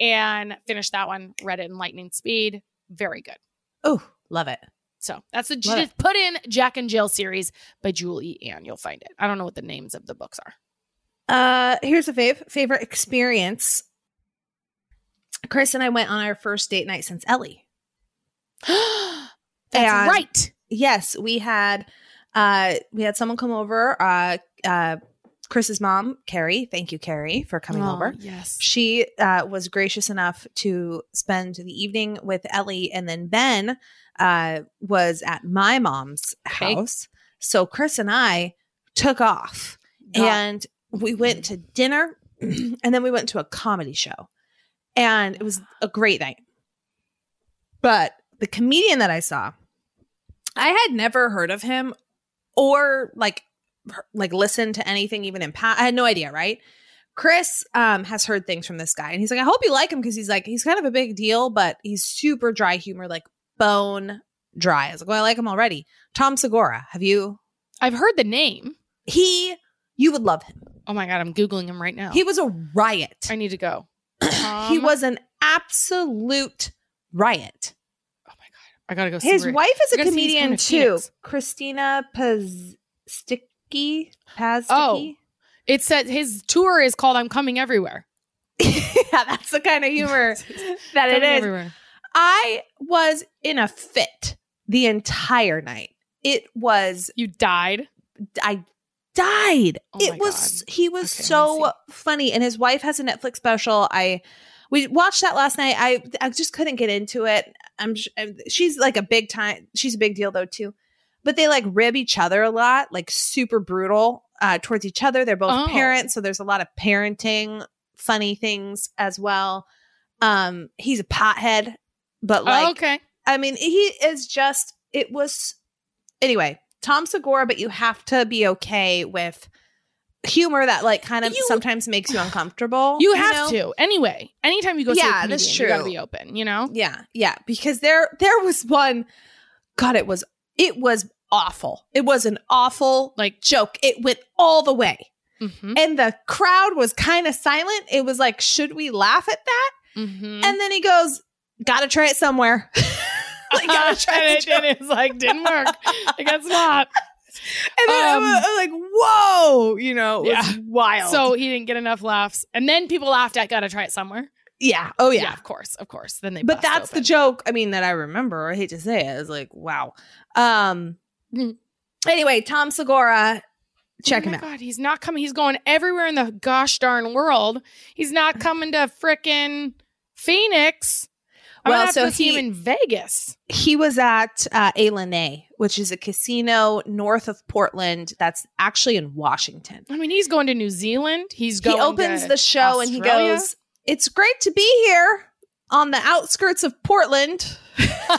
Speaker 3: And finished that one, read it in lightning speed. Very good.
Speaker 4: oh, love it.
Speaker 3: So that's the
Speaker 4: Love
Speaker 3: just put in Jack and Jill series by Julie Ann. You'll find it. I don't know what the names of the books are.
Speaker 4: Uh, here's a fave favorite experience. Chris and I went on our first date night since Ellie.
Speaker 3: that's
Speaker 4: And-
Speaker 3: right.
Speaker 4: Yes, we had uh we had someone come over, uh uh Chris's mom, Carrie. Thank you, Carrie, for coming
Speaker 3: Oh,
Speaker 4: over.
Speaker 3: Yes.
Speaker 4: She uh, was gracious enough to spend the evening with Ellie, and then Ben uh, was at my mom's
Speaker 3: Okay.
Speaker 4: house. So Chris and I took off
Speaker 3: God.
Speaker 4: and we went to dinner and then we went to a comedy show and it was a great night but the comedian that i saw i had never heard of him or like he- like listened to anything even in pa- i had no idea right chris um, has heard things from this guy and he's like i hope you like him because he's like he's kind of a big deal but he's super dry humor like bone dry i was like well i like him already tom segura have you
Speaker 3: I've heard the name.
Speaker 4: he you would love him
Speaker 3: Oh my God. I'm Googling him right now.
Speaker 4: he was a riot.
Speaker 3: I need to go.
Speaker 4: he
Speaker 3: Um,
Speaker 4: was an absolute riot.
Speaker 3: Oh my god, I gotta go. See
Speaker 4: His
Speaker 3: where-
Speaker 4: wife is a
Speaker 3: We're gonna see he's
Speaker 4: comedian
Speaker 3: coming to
Speaker 4: too,
Speaker 3: Phoenix.
Speaker 4: Christina Pazsticky.
Speaker 3: Oh.
Speaker 4: Pazsticky.
Speaker 3: It said his tour is called "I'm Coming Everywhere."
Speaker 4: yeah, that's the kind of humor that it
Speaker 3: Coming
Speaker 4: is.
Speaker 3: everywhere.
Speaker 4: I was in a fit the entire night. It was
Speaker 3: You died.
Speaker 4: I died.
Speaker 3: Oh my
Speaker 4: it was he was
Speaker 3: Okay, let me
Speaker 4: so funny, and his wife has a Netflix special. I we watched that last night. I I just couldn't get into it. I'm sh- I'm- she's like a big time. She's a big deal though too. But they like rib each other a lot, like super brutal uh, towards each other. They're both
Speaker 3: Oh.
Speaker 4: parents, so there's a lot of parenting funny things as well. Um, he's a pothead, but like
Speaker 3: oh, okay.
Speaker 4: I mean, he is just, it was, anyway, Tom Segura, but you have to be okay with humor that, like, kind of
Speaker 3: You-
Speaker 4: sometimes makes you uncomfortable.
Speaker 3: You have to anyway. Anytime you go, see a
Speaker 4: Yeah, that's
Speaker 3: comedian, You gotta
Speaker 4: true.
Speaker 3: be open. You know.
Speaker 4: Yeah. Yeah. Because there, there was one, God, it was, it was awful. It was an awful, like,
Speaker 3: Like-
Speaker 4: joke. It went all the way.
Speaker 3: Mm-hmm.
Speaker 4: And the crowd was kind of silent. It was like, should we laugh at that?
Speaker 3: Mm-hmm.
Speaker 4: And then he goes, gotta try it somewhere. like, gotta try the
Speaker 3: it.
Speaker 4: joke.
Speaker 3: And it's like didn't work. I guess not.
Speaker 4: And then I
Speaker 3: Um,
Speaker 4: was- I was like, whoa, you know, it was
Speaker 3: Yeah.
Speaker 4: wild.
Speaker 3: So he didn't get enough laughs, and then people laughed at. Gotta try it somewhere.
Speaker 4: yeah. Oh yeah.
Speaker 3: of course, of course. Then they.
Speaker 4: But that's the joke, I mean, that I remember. I hate to say it. I was like, wow. Um
Speaker 3: Mm.
Speaker 4: anyway, Tom Segura, check him out.
Speaker 3: Oh God, he's not coming. He's going everywhere in the gosh darn world. He's not coming to frickin' Phoenix. I'm
Speaker 4: Well,
Speaker 3: well,
Speaker 4: so
Speaker 3: so he,
Speaker 4: he-
Speaker 3: him in Vegas.
Speaker 4: He was at uh Alanay, which is a casino north of Portland that's actually in Washington.
Speaker 3: I mean, he's going to New Zealand. He's
Speaker 4: He
Speaker 3: going.
Speaker 4: opens
Speaker 3: to
Speaker 4: the show and he
Speaker 3: Australia.
Speaker 4: goes, It's great to be here on the outskirts of Portland.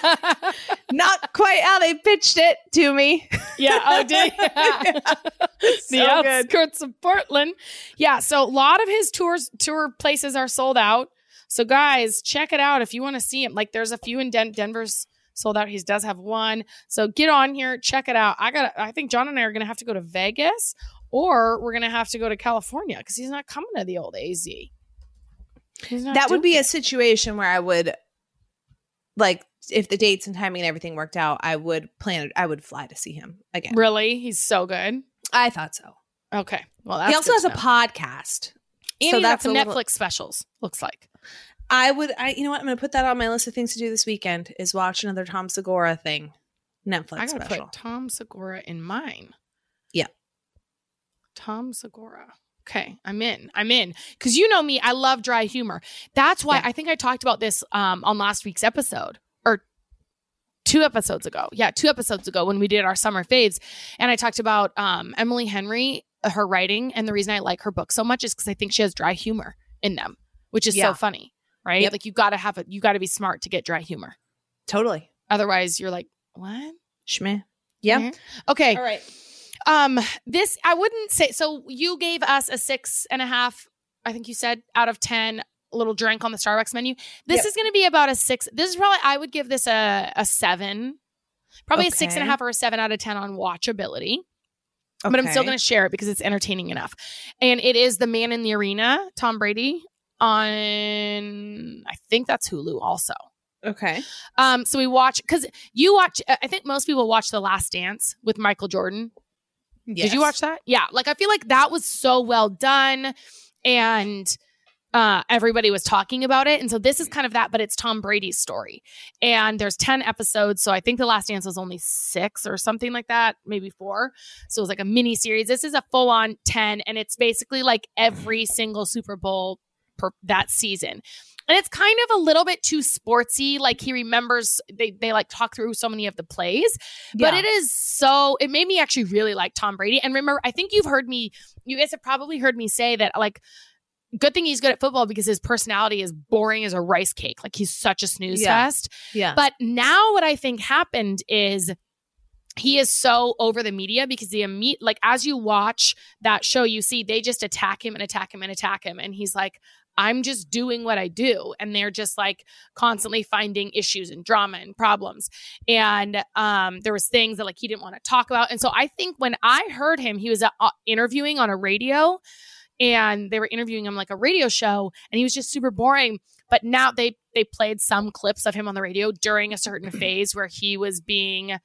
Speaker 4: Not quite how they pitched it to me.
Speaker 3: yeah. Oh, did yeah. the
Speaker 4: so good.
Speaker 3: outskirts of Portland. Yeah. So a lot of his tours tour places are sold out. So guys, check it out if you want to see him. Like there's a few in Den- Denver's sold out. He does have one. So get on here, check it out. I got. I think John and I are gonna have to go to Vegas, or we're gonna have to go to California because he's not coming to the old AZ. He's not
Speaker 4: That would
Speaker 3: doing-
Speaker 4: be a situation where I would, like, if the dates and timing and everything worked out, I would plan. I would fly to see him again.
Speaker 3: really. He's so good.
Speaker 4: I thought so.
Speaker 3: Okay. Well, that's
Speaker 4: he also
Speaker 3: good
Speaker 4: has
Speaker 3: to
Speaker 4: a
Speaker 3: know.
Speaker 4: podcast.
Speaker 3: And
Speaker 4: so
Speaker 3: he's got
Speaker 4: that's
Speaker 3: some
Speaker 4: a
Speaker 3: Netflix
Speaker 4: little-
Speaker 3: specials. Looks like.
Speaker 4: I would. I. You know what? I'm going to put that on my list of things to do this weekend. Is watch another Tom Segura thing,
Speaker 3: I
Speaker 4: Netflix
Speaker 3: gotta
Speaker 4: special.
Speaker 3: put Tom Segura in mine.
Speaker 4: Yeah.
Speaker 3: Tom Segura. Okay, I'm in. I'm in. Cause you know me, I love dry humor. That's why
Speaker 4: Yeah.
Speaker 3: I think I talked about this um, on last week's episode or two episodes ago. Yeah, two episodes ago when we did our summer faves. And I talked about um, Emily Henry, uh, her writing. And the reason I like her book so much is because I think she has dry humor in them, which is
Speaker 4: Yeah.
Speaker 3: so funny, right?
Speaker 4: Yep.
Speaker 3: Like you gotta have it, you gotta be smart to get dry humor.
Speaker 4: Totally.
Speaker 3: Otherwise, you're like, what?
Speaker 4: Schmeh. Yeah.
Speaker 3: Mhm. Okay.
Speaker 4: right.
Speaker 3: Um, this I wouldn't say. So you gave us a six and a half. I think you said out of ten. Little drink on the Starbucks menu. This
Speaker 4: Yep.
Speaker 3: is going to be about a six. This is probably I would give this a a seven, probably a six and a
Speaker 4: Okay.
Speaker 3: half or a seven out of ten on watchability. But I'm still
Speaker 4: Okay.
Speaker 3: going to share it because it's entertaining enough. And it is the Man in the Arena, Tom Brady on I think that's Hulu also.
Speaker 4: Okay.
Speaker 3: Um, so we watch because you watch. I think most people watch The Last Dance with Michael Jordan. Did you watch that? Yeah. Like I feel like that was so well done and uh everybody was talking about it. And so this is kind of that, but it's Tom Brady's story. And there's 10 episodes. So I think The Last Dance was only six or something like that, maybe four. So it was like a mini series. This is a full on 10, and it's basically like every single Super Bowl per that season. And it's kind of a little bit too sportsy. Like he remembers they they like talk through so many of the plays. But it is so it made me actually really like Tom Brady. And remember, I think you've heard me you guys have probably heard me say that like good thing he's good at football because his personality is boring as a rice cake. Like he's such a snooze
Speaker 4: Yeah.
Speaker 3: fest.
Speaker 4: Yeah.
Speaker 3: But now what I think happened is he is so over the media because the imme- like as you watch that show, you see they just attack him and attack him and attack him, and he's like. I'm just doing what I do. And they're just like constantly finding issues and drama and problems. And um, there was things that like he didn't want to talk about. And so I think when I heard him, he was uh, interviewing on a radio and they were interviewing him like a radio show and he was just super boring but now they they played some clips of him on the radio during a certain phase where he was being uh,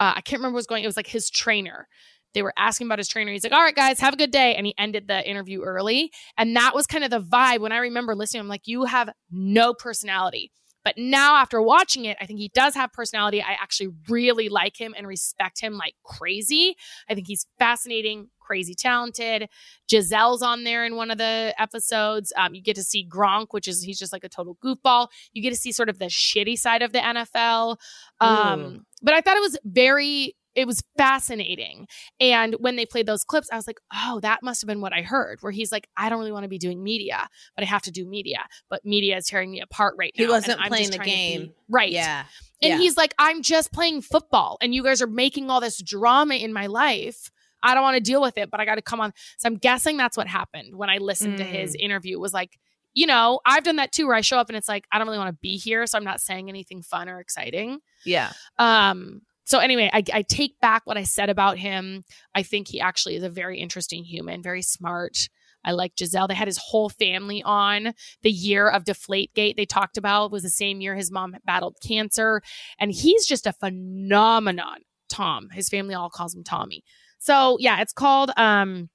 Speaker 3: i can't remember what was going it was like his trainer they were asking about his trainer he's like all right guys have a good day and he ended the interview early and that was kind of the vibe when i remember listening i'm like you have no personality but now after watching it i think he does have personality i actually really like him and respect him like crazy i think he's fascinating crazy talented Giselle's on there in one of the episodes. Um, you get to see Gronk, which is he's just like a total goofball. You get to see sort of the shitty side of the NFL. Um, but I thought it was very, it was fascinating. And when they played those clips, I was like, oh, that must have been what I heard, where he's like, I don't really want to be doing media, but I have to do media. But media is tearing me apart right now.
Speaker 4: He wasn't
Speaker 3: and I'm
Speaker 4: playing
Speaker 3: just
Speaker 4: the
Speaker 3: trying to be-
Speaker 4: game.
Speaker 3: right.
Speaker 4: Yeah.
Speaker 3: And
Speaker 4: Yeah.
Speaker 3: he's like, I'm just playing football, and you guys are making all this drama in my life. I don't want to deal with it, but I got to come on. So I'm guessing that's what happened when I listened to
Speaker 4: Mm.
Speaker 3: his interview. Was like, you know, I've done that too, where I show up and it's like, I don't really want to be here, so I'm not saying anything fun or exciting.
Speaker 4: Yeah.
Speaker 3: Um. So anyway, I, I take back what I said about him. I think he actually is a very interesting human, very smart. I like Giselle. They had his whole family on the year of Deflategate. They talked about was the same year his mom battled cancer, and he's just a phenomenon. Tom, his family all calls him Tommy. So yeah, it's called um,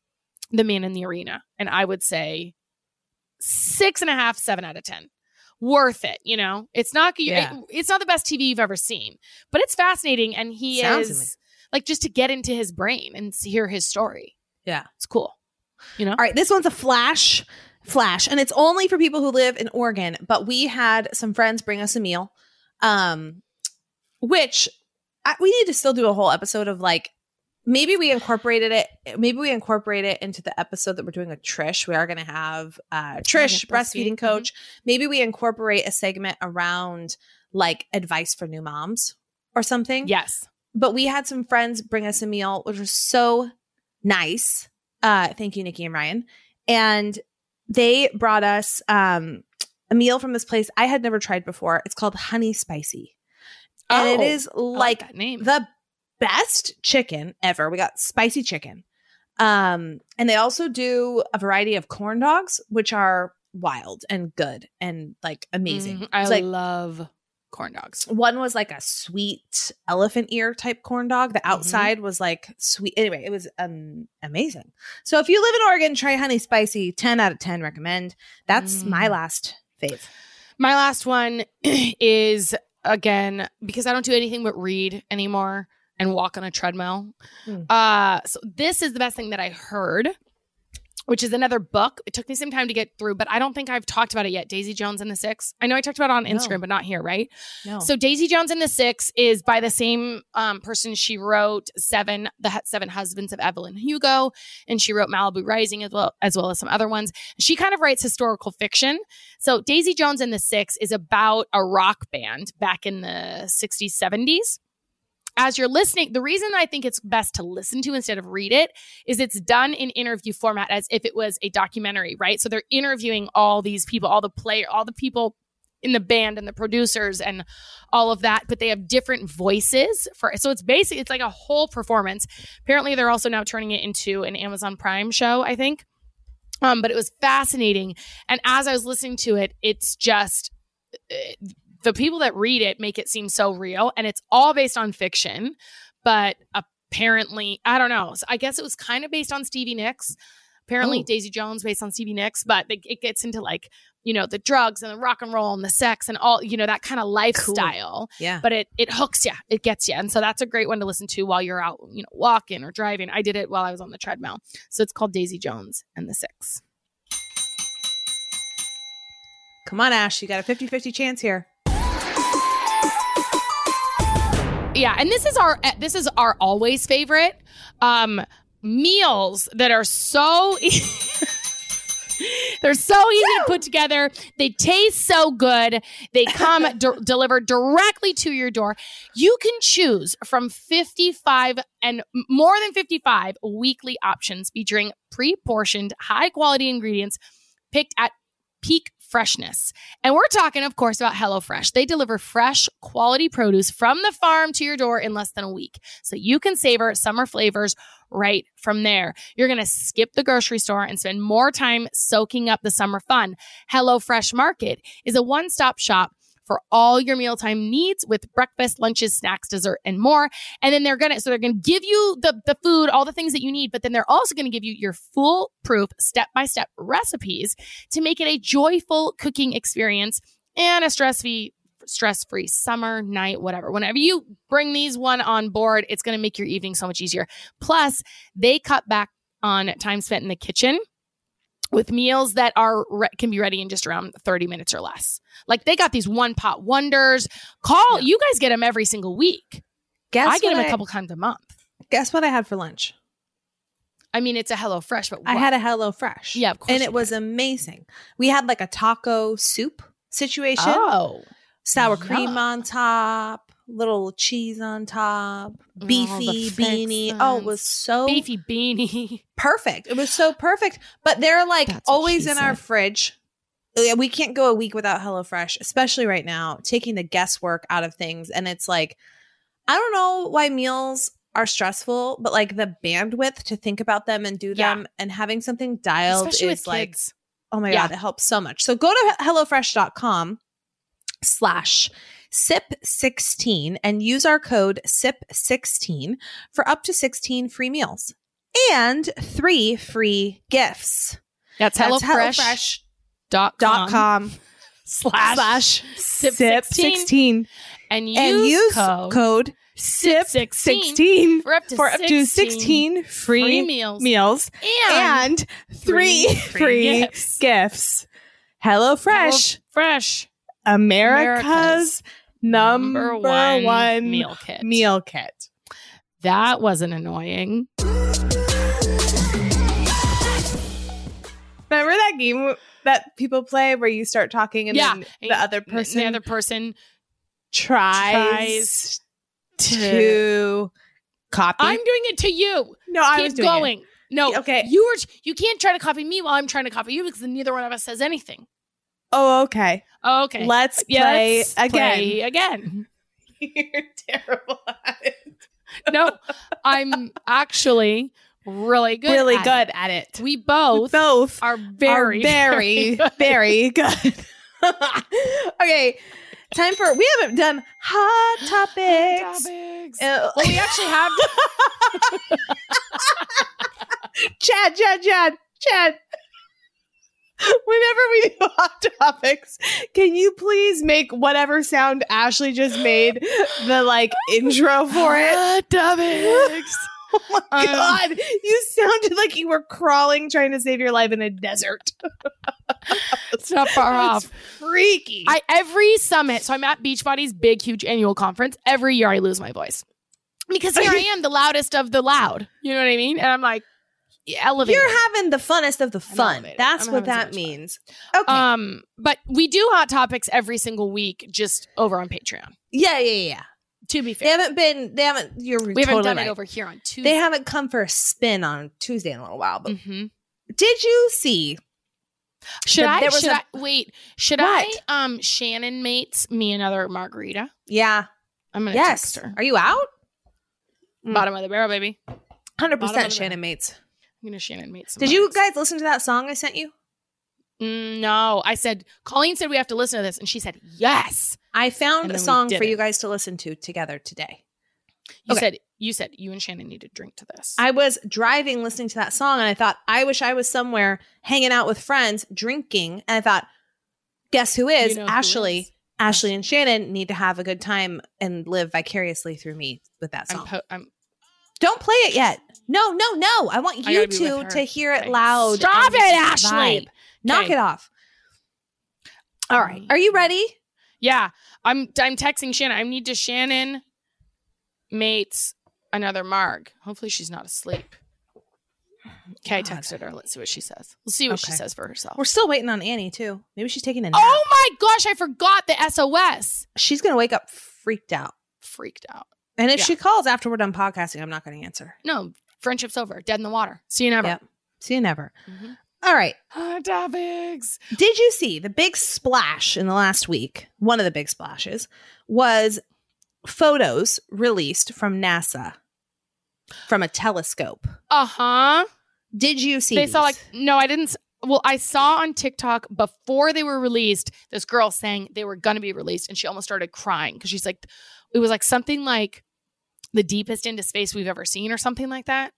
Speaker 3: the Man in the Arena, and I would say six and a half, seven out of ten. Worth it, you know. It's not
Speaker 4: Yeah.
Speaker 3: it- it's not the best TV you've ever seen, but it's fascinating, and he
Speaker 4: Sounds
Speaker 3: is
Speaker 4: amazing.
Speaker 3: like just to get into his brain and s- hear his story.
Speaker 4: Yeah.
Speaker 3: it's cool. You know,
Speaker 4: All right, this one's a flash, flash, and it's only for people who live in Oregon. But we had some friends bring us a meal, um, which I, we need to still do a whole episode of like. Maybe we incorporated it. Maybe we incorporate it into the episode that we're doing with Trish. We are going to have uh, Trish,
Speaker 3: breastfeeding,
Speaker 4: breastfeeding coach. Maybe we incorporate a segment around like advice for new moms or something.
Speaker 3: Yes.
Speaker 4: But we had some friends bring us a meal, which was so nice. Uh, thank you, Nikki and Ryan. And they brought us um, a meal from this place I had never tried before. It's called Honey Spicy. And
Speaker 3: Oh,
Speaker 4: it is
Speaker 3: I
Speaker 4: like
Speaker 3: that name.
Speaker 4: the best chicken ever. We got spicy chicken. Um, and they also do a variety of corn dogs, which are wild and good and like amazing.
Speaker 3: Mhm. I
Speaker 4: It's like
Speaker 3: love corn dogs.
Speaker 4: one was like a sweet elephant ear type corn dog.
Speaker 3: Mm-hmm.
Speaker 4: The outside was like sweet. Anyway, it was um, amazing. So if you live in Oregon, try honey spicy. 10 out of 10 recommend. That's my
Speaker 3: Mm.
Speaker 4: last fave.
Speaker 3: My last one is again because I don't do anything but read anymore and walk on a treadmill.
Speaker 4: Mm.
Speaker 3: Uh, so this is the best thing that I heard, which is another book. It took me some time to get through, but I don't think I've talked about it yet. Daisy Jones and the Six. I know I talked about it on
Speaker 4: No.
Speaker 3: Instagram, but not here, right?
Speaker 4: No.
Speaker 3: So Daisy Jones and the Six is by the same um, person. She wrote Seven, the Hu- Seven Husbands of Evelyn Hugo, and she wrote Malibu Rising as well as well as some other ones. She kind of writes historical fiction. So Daisy Jones and the Six is about a rock band back in the 60s, 70s. As you're listening, the reason I think it's best to listen to instead of read it is it's done in interview format as if it was a documentary, right? So they're interviewing all these people, all the player, all the people in the band and the producers and all of that, but they have different voices for so it's basically it's like a whole performance. Apparently they're also now turning it into an Amazon Prime show, I think. Um, but it was fascinating. And as I was listening to it, it's just uh, the people that read it make it seem so real. And it's all based on fiction, but apparently, I don't know. So I guess it was kind of based on Stevie Nicks. Apparently,
Speaker 4: Oh.
Speaker 3: Daisy Jones based on Stevie Nicks, but it, it gets into like, you know, the drugs and the rock and roll and the sex and all, you know, that kind of lifestyle
Speaker 4: yeah.
Speaker 3: but it it hooks you, it gets you, and so that's a great one to listen to while you're out, you know, walking or driving. I did it while I was on the treadmill, so it's called Daisy Jones and the Six.
Speaker 4: Come on, Ash. You got a 50 50 chance here.
Speaker 3: Yeah, and this is our eh, this is our always favorite um, meals that are so. e- They're so easy to put together. They taste so good. They come di- delivered directly to your door. You can choose from 55 and m- more than 55 weekly options featuring pre portioned, high quality ingredients picked at peak freshness. And we're talking, of course, about HelloFresh. They deliver fresh, quality produce from the farm to your door in less than a week. So you can savor summer flavors right from there. You're going to skip the grocery store and spend more time soaking up the summer fun. HelloFresh Market is a one stop shop. For all your mealtime needs with breakfast, lunches, snacks, dessert, and more. And then they're gonna, so they're gonna give you the, the food, all the things that you need, but then they're also gonna give you your foolproof step by step recipes to make it a joyful cooking experience and a stress free stress free summer night whatever whenever you bring these one on board it's going to make your evening so much easier plus they cut back on time spent in the kitchen with meals that are re- can be ready in just around 30 minutes or less like they got these one pot wonders call
Speaker 4: Yeah.
Speaker 3: you guys get them every single week
Speaker 4: Guess
Speaker 3: i get them
Speaker 4: what
Speaker 3: a couple times a month
Speaker 4: Guess what I had for lunch?
Speaker 3: i mean it's a hello fresh but
Speaker 4: I
Speaker 3: what?
Speaker 4: had a Hello Fresh.
Speaker 3: yeah of course
Speaker 4: And
Speaker 3: you
Speaker 4: it was amazing. We had like a taco soup
Speaker 3: did.
Speaker 4: situation.
Speaker 3: oh
Speaker 4: Sour cream
Speaker 3: yum.
Speaker 4: on top, little cheese on top, beefy
Speaker 3: Mm, the
Speaker 4: beanie.
Speaker 3: fixins.
Speaker 4: Oh, it was so
Speaker 3: beefy beanie
Speaker 4: perfect. It was so perfect. But they're like
Speaker 3: That's what
Speaker 4: always
Speaker 3: she
Speaker 4: in our
Speaker 3: said.
Speaker 4: fridge. Oh, Yeah, We can't go a week without HelloFresh, especially right now, taking the guesswork out of things. And it's like, I don't know why meals are stressful, but like the bandwidth to think about them and do
Speaker 3: Yeah.
Speaker 4: them and having something dialed
Speaker 3: especially
Speaker 4: is
Speaker 3: with
Speaker 4: like
Speaker 3: kids
Speaker 4: Oh my
Speaker 3: Yeah.
Speaker 4: God, it helps so much. So go to HelloFresh.com slash SIP16 and use our code SIP16 for up to 16 free meals and three free gifts.
Speaker 3: That's
Speaker 4: That's
Speaker 3: HelloFresh.com dot com
Speaker 4: HelloFresh.com
Speaker 3: slash,
Speaker 4: slash
Speaker 3: SIP16
Speaker 4: SIP16
Speaker 3: and use,
Speaker 4: and use
Speaker 3: code,
Speaker 4: code
Speaker 3: SIP16
Speaker 4: SIP16
Speaker 3: for up to,
Speaker 4: for up to 16
Speaker 3: free,
Speaker 4: free
Speaker 3: meals
Speaker 4: meals and
Speaker 3: and
Speaker 4: three free
Speaker 3: gifts.
Speaker 4: gifts. HelloFresh.
Speaker 3: fresh
Speaker 4: America's,
Speaker 3: America's
Speaker 4: number, one, meal,
Speaker 3: meal kit.
Speaker 4: kit.
Speaker 3: That wasn't annoying.
Speaker 4: Remember that game that people play where you start talking and
Speaker 3: Yeah.
Speaker 4: then the other person
Speaker 3: The other person
Speaker 4: tries,
Speaker 3: Tries to-
Speaker 4: to copy.
Speaker 3: I'm doing it to you.
Speaker 4: no, I was
Speaker 3: Keep
Speaker 4: doing it.
Speaker 3: going. No,
Speaker 4: Okay.
Speaker 3: You were. You can't try to copy me while I'm trying to copy you because then neither one of us says anything.
Speaker 4: Oh, okay.
Speaker 3: Oh, okay.
Speaker 4: Let's
Speaker 3: Yeah,
Speaker 4: play
Speaker 3: let's
Speaker 4: again.
Speaker 3: play again.
Speaker 4: You're terrible. At it.
Speaker 3: No, I'm actually really good.
Speaker 4: really
Speaker 3: at it.
Speaker 4: good at it.
Speaker 3: We
Speaker 4: both,
Speaker 3: both
Speaker 4: both
Speaker 3: are
Speaker 4: are
Speaker 3: very,
Speaker 4: Oh, very,
Speaker 3: good.
Speaker 4: very good. okay, time for we haven't done hot topics.
Speaker 3: Topics.
Speaker 4: Uh,
Speaker 3: Well, we actually have.
Speaker 4: Chad, Chad, Chad, Chad. Whenever we do hot topics, can you please make whatever sound Ashley just made the like intro for it?
Speaker 3: Hot topics.
Speaker 4: Oh my
Speaker 3: Um,
Speaker 4: god, you sounded like you were crawling trying to save your life in a desert.
Speaker 3: It's not far
Speaker 4: It's
Speaker 3: off.
Speaker 4: freaky.
Speaker 3: I every summit. So I'm at Beachbody's big, huge annual conference. Every year, I lose my voice because here I am, the loudest of the loud. You know what I mean? And I'm like elevated.
Speaker 4: You're having the funnest of the
Speaker 3: I'm
Speaker 4: fun.
Speaker 3: elevated.
Speaker 4: That's
Speaker 3: I'm
Speaker 4: what
Speaker 3: having so
Speaker 4: that
Speaker 3: much fun.
Speaker 4: means. Okay.
Speaker 3: Um, but we do hot topics every single week, just over on Patreon.
Speaker 4: yeah, yeah, yeah.
Speaker 3: To be
Speaker 4: They
Speaker 3: fair,
Speaker 4: haven't been. They haven't. You're
Speaker 3: we haven't
Speaker 4: totally
Speaker 3: done
Speaker 4: right.
Speaker 3: it over here on Tuesday.
Speaker 4: They haven't come for a spin on Tuesday in a little while. But
Speaker 3: Mhm.
Speaker 4: did you see?
Speaker 3: Should
Speaker 4: But
Speaker 3: I?
Speaker 4: there was
Speaker 3: Should
Speaker 4: a-
Speaker 3: I wait? Should
Speaker 4: What?
Speaker 3: I? Um, Shannon mates me another margarita.
Speaker 4: Yeah.
Speaker 3: I'm gonna
Speaker 4: Yes.
Speaker 3: text her.
Speaker 4: Are you out? Mm.
Speaker 3: Bottom of the barrel, baby.
Speaker 4: Hundred
Speaker 3: Bottom of
Speaker 4: percent,
Speaker 3: the
Speaker 4: Shannon Mates.
Speaker 3: I'm gonna Shannon mates.
Speaker 4: Did you guys listen to that song I sent you?
Speaker 3: Mm, no, I said Colleen said we have to listen to this, and she said yes.
Speaker 4: I found
Speaker 3: And
Speaker 4: a
Speaker 3: then we
Speaker 4: song for
Speaker 3: didn't.
Speaker 4: you guys to listen to together today.
Speaker 3: You
Speaker 4: Okay.
Speaker 3: said you said you and Shannon need to drink to this.
Speaker 4: I was driving listening to that song and I thought, I wish I was somewhere hanging out with friends drinking. And I thought, guess who
Speaker 3: You
Speaker 4: is?
Speaker 3: know who
Speaker 4: Ashley.
Speaker 3: is.
Speaker 4: Ashley and Shannon need to have a good time and live vicariously through me with that
Speaker 3: I'm,
Speaker 4: song.
Speaker 3: po- I'm
Speaker 4: Don't play it yet. No, no, no. I want
Speaker 3: I
Speaker 4: you
Speaker 3: gotta be with
Speaker 4: two
Speaker 3: her.
Speaker 4: to hear it
Speaker 3: Okay.
Speaker 4: loud.
Speaker 3: Stop
Speaker 4: and
Speaker 3: it, Ashley.
Speaker 4: vibe. Knock
Speaker 3: Okay. Um,
Speaker 4: it off. All right.
Speaker 3: Mm.
Speaker 4: Are you ready?
Speaker 3: Yeah, I'm. I'm texting Shannon. I need to Shannon mates another Marg. Hopefully, she's not asleep. Okay, I
Speaker 4: God.
Speaker 3: texted her. Let's see what she says. Let's see what she
Speaker 4: Okay.
Speaker 3: says for herself.
Speaker 4: We're still waiting on Annie too. Maybe she's taking a nap.
Speaker 3: oh my gosh, I forgot the SOS.
Speaker 4: She's gonna wake up freaked out.
Speaker 3: Freaked out.
Speaker 4: And if
Speaker 3: Yeah.
Speaker 4: she calls after we're done podcasting, I'm not gonna answer.
Speaker 3: No, friendship's over. Dead in the water. See you never.
Speaker 4: Yep. See you never.
Speaker 3: Mhm.
Speaker 4: All right.
Speaker 3: Hot topics.
Speaker 4: Did you see the big splash in the last week? One of the big splashes was photos released from NASA from a telescope.
Speaker 3: Uh huh.
Speaker 4: Did you see?
Speaker 3: They saw like
Speaker 4: these?
Speaker 3: no, I didn't. s- Well, I saw on TikTok before they were released this girl saying they were gonna be released, and she almost started crying because she's like, it was like something like the deepest into space we've ever seen, or something like that.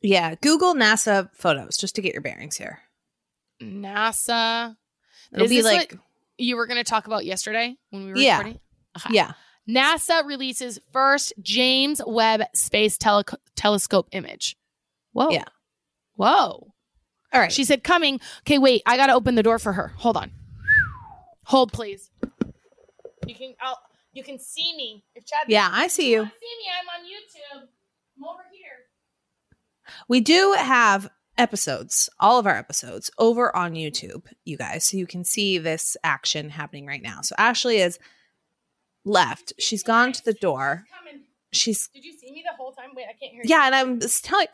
Speaker 4: yeah. Google NASA photos just to get your bearings here.
Speaker 3: NASA.
Speaker 4: It'll
Speaker 3: Is
Speaker 4: be
Speaker 3: this
Speaker 4: like
Speaker 3: You were gonna talk about yesterday when we were
Speaker 4: Yeah.
Speaker 3: recording. Okay.
Speaker 4: yeah.
Speaker 3: NASA releases first James Webb Space Tele- Telescope image. Whoa.
Speaker 4: Yeah.
Speaker 3: Whoa.
Speaker 4: All right.
Speaker 3: She said coming. Okay, wait. I gotta open the door for her. Hold on. Hold, please. You can. I'll, you can see me if Chad.
Speaker 4: yeah, I see you.
Speaker 3: If you can't see me. I'm on YouTube. I'm over here.
Speaker 4: We do have episodes, all of our episodes over on YouTube, you guys. So you can see this action happening right now. So Ashley is left. She's gone to the door.
Speaker 3: She's coming.
Speaker 4: She's
Speaker 3: Did you see me the whole time? Wait, I can't hear. you.
Speaker 4: yeah, and I'm just telling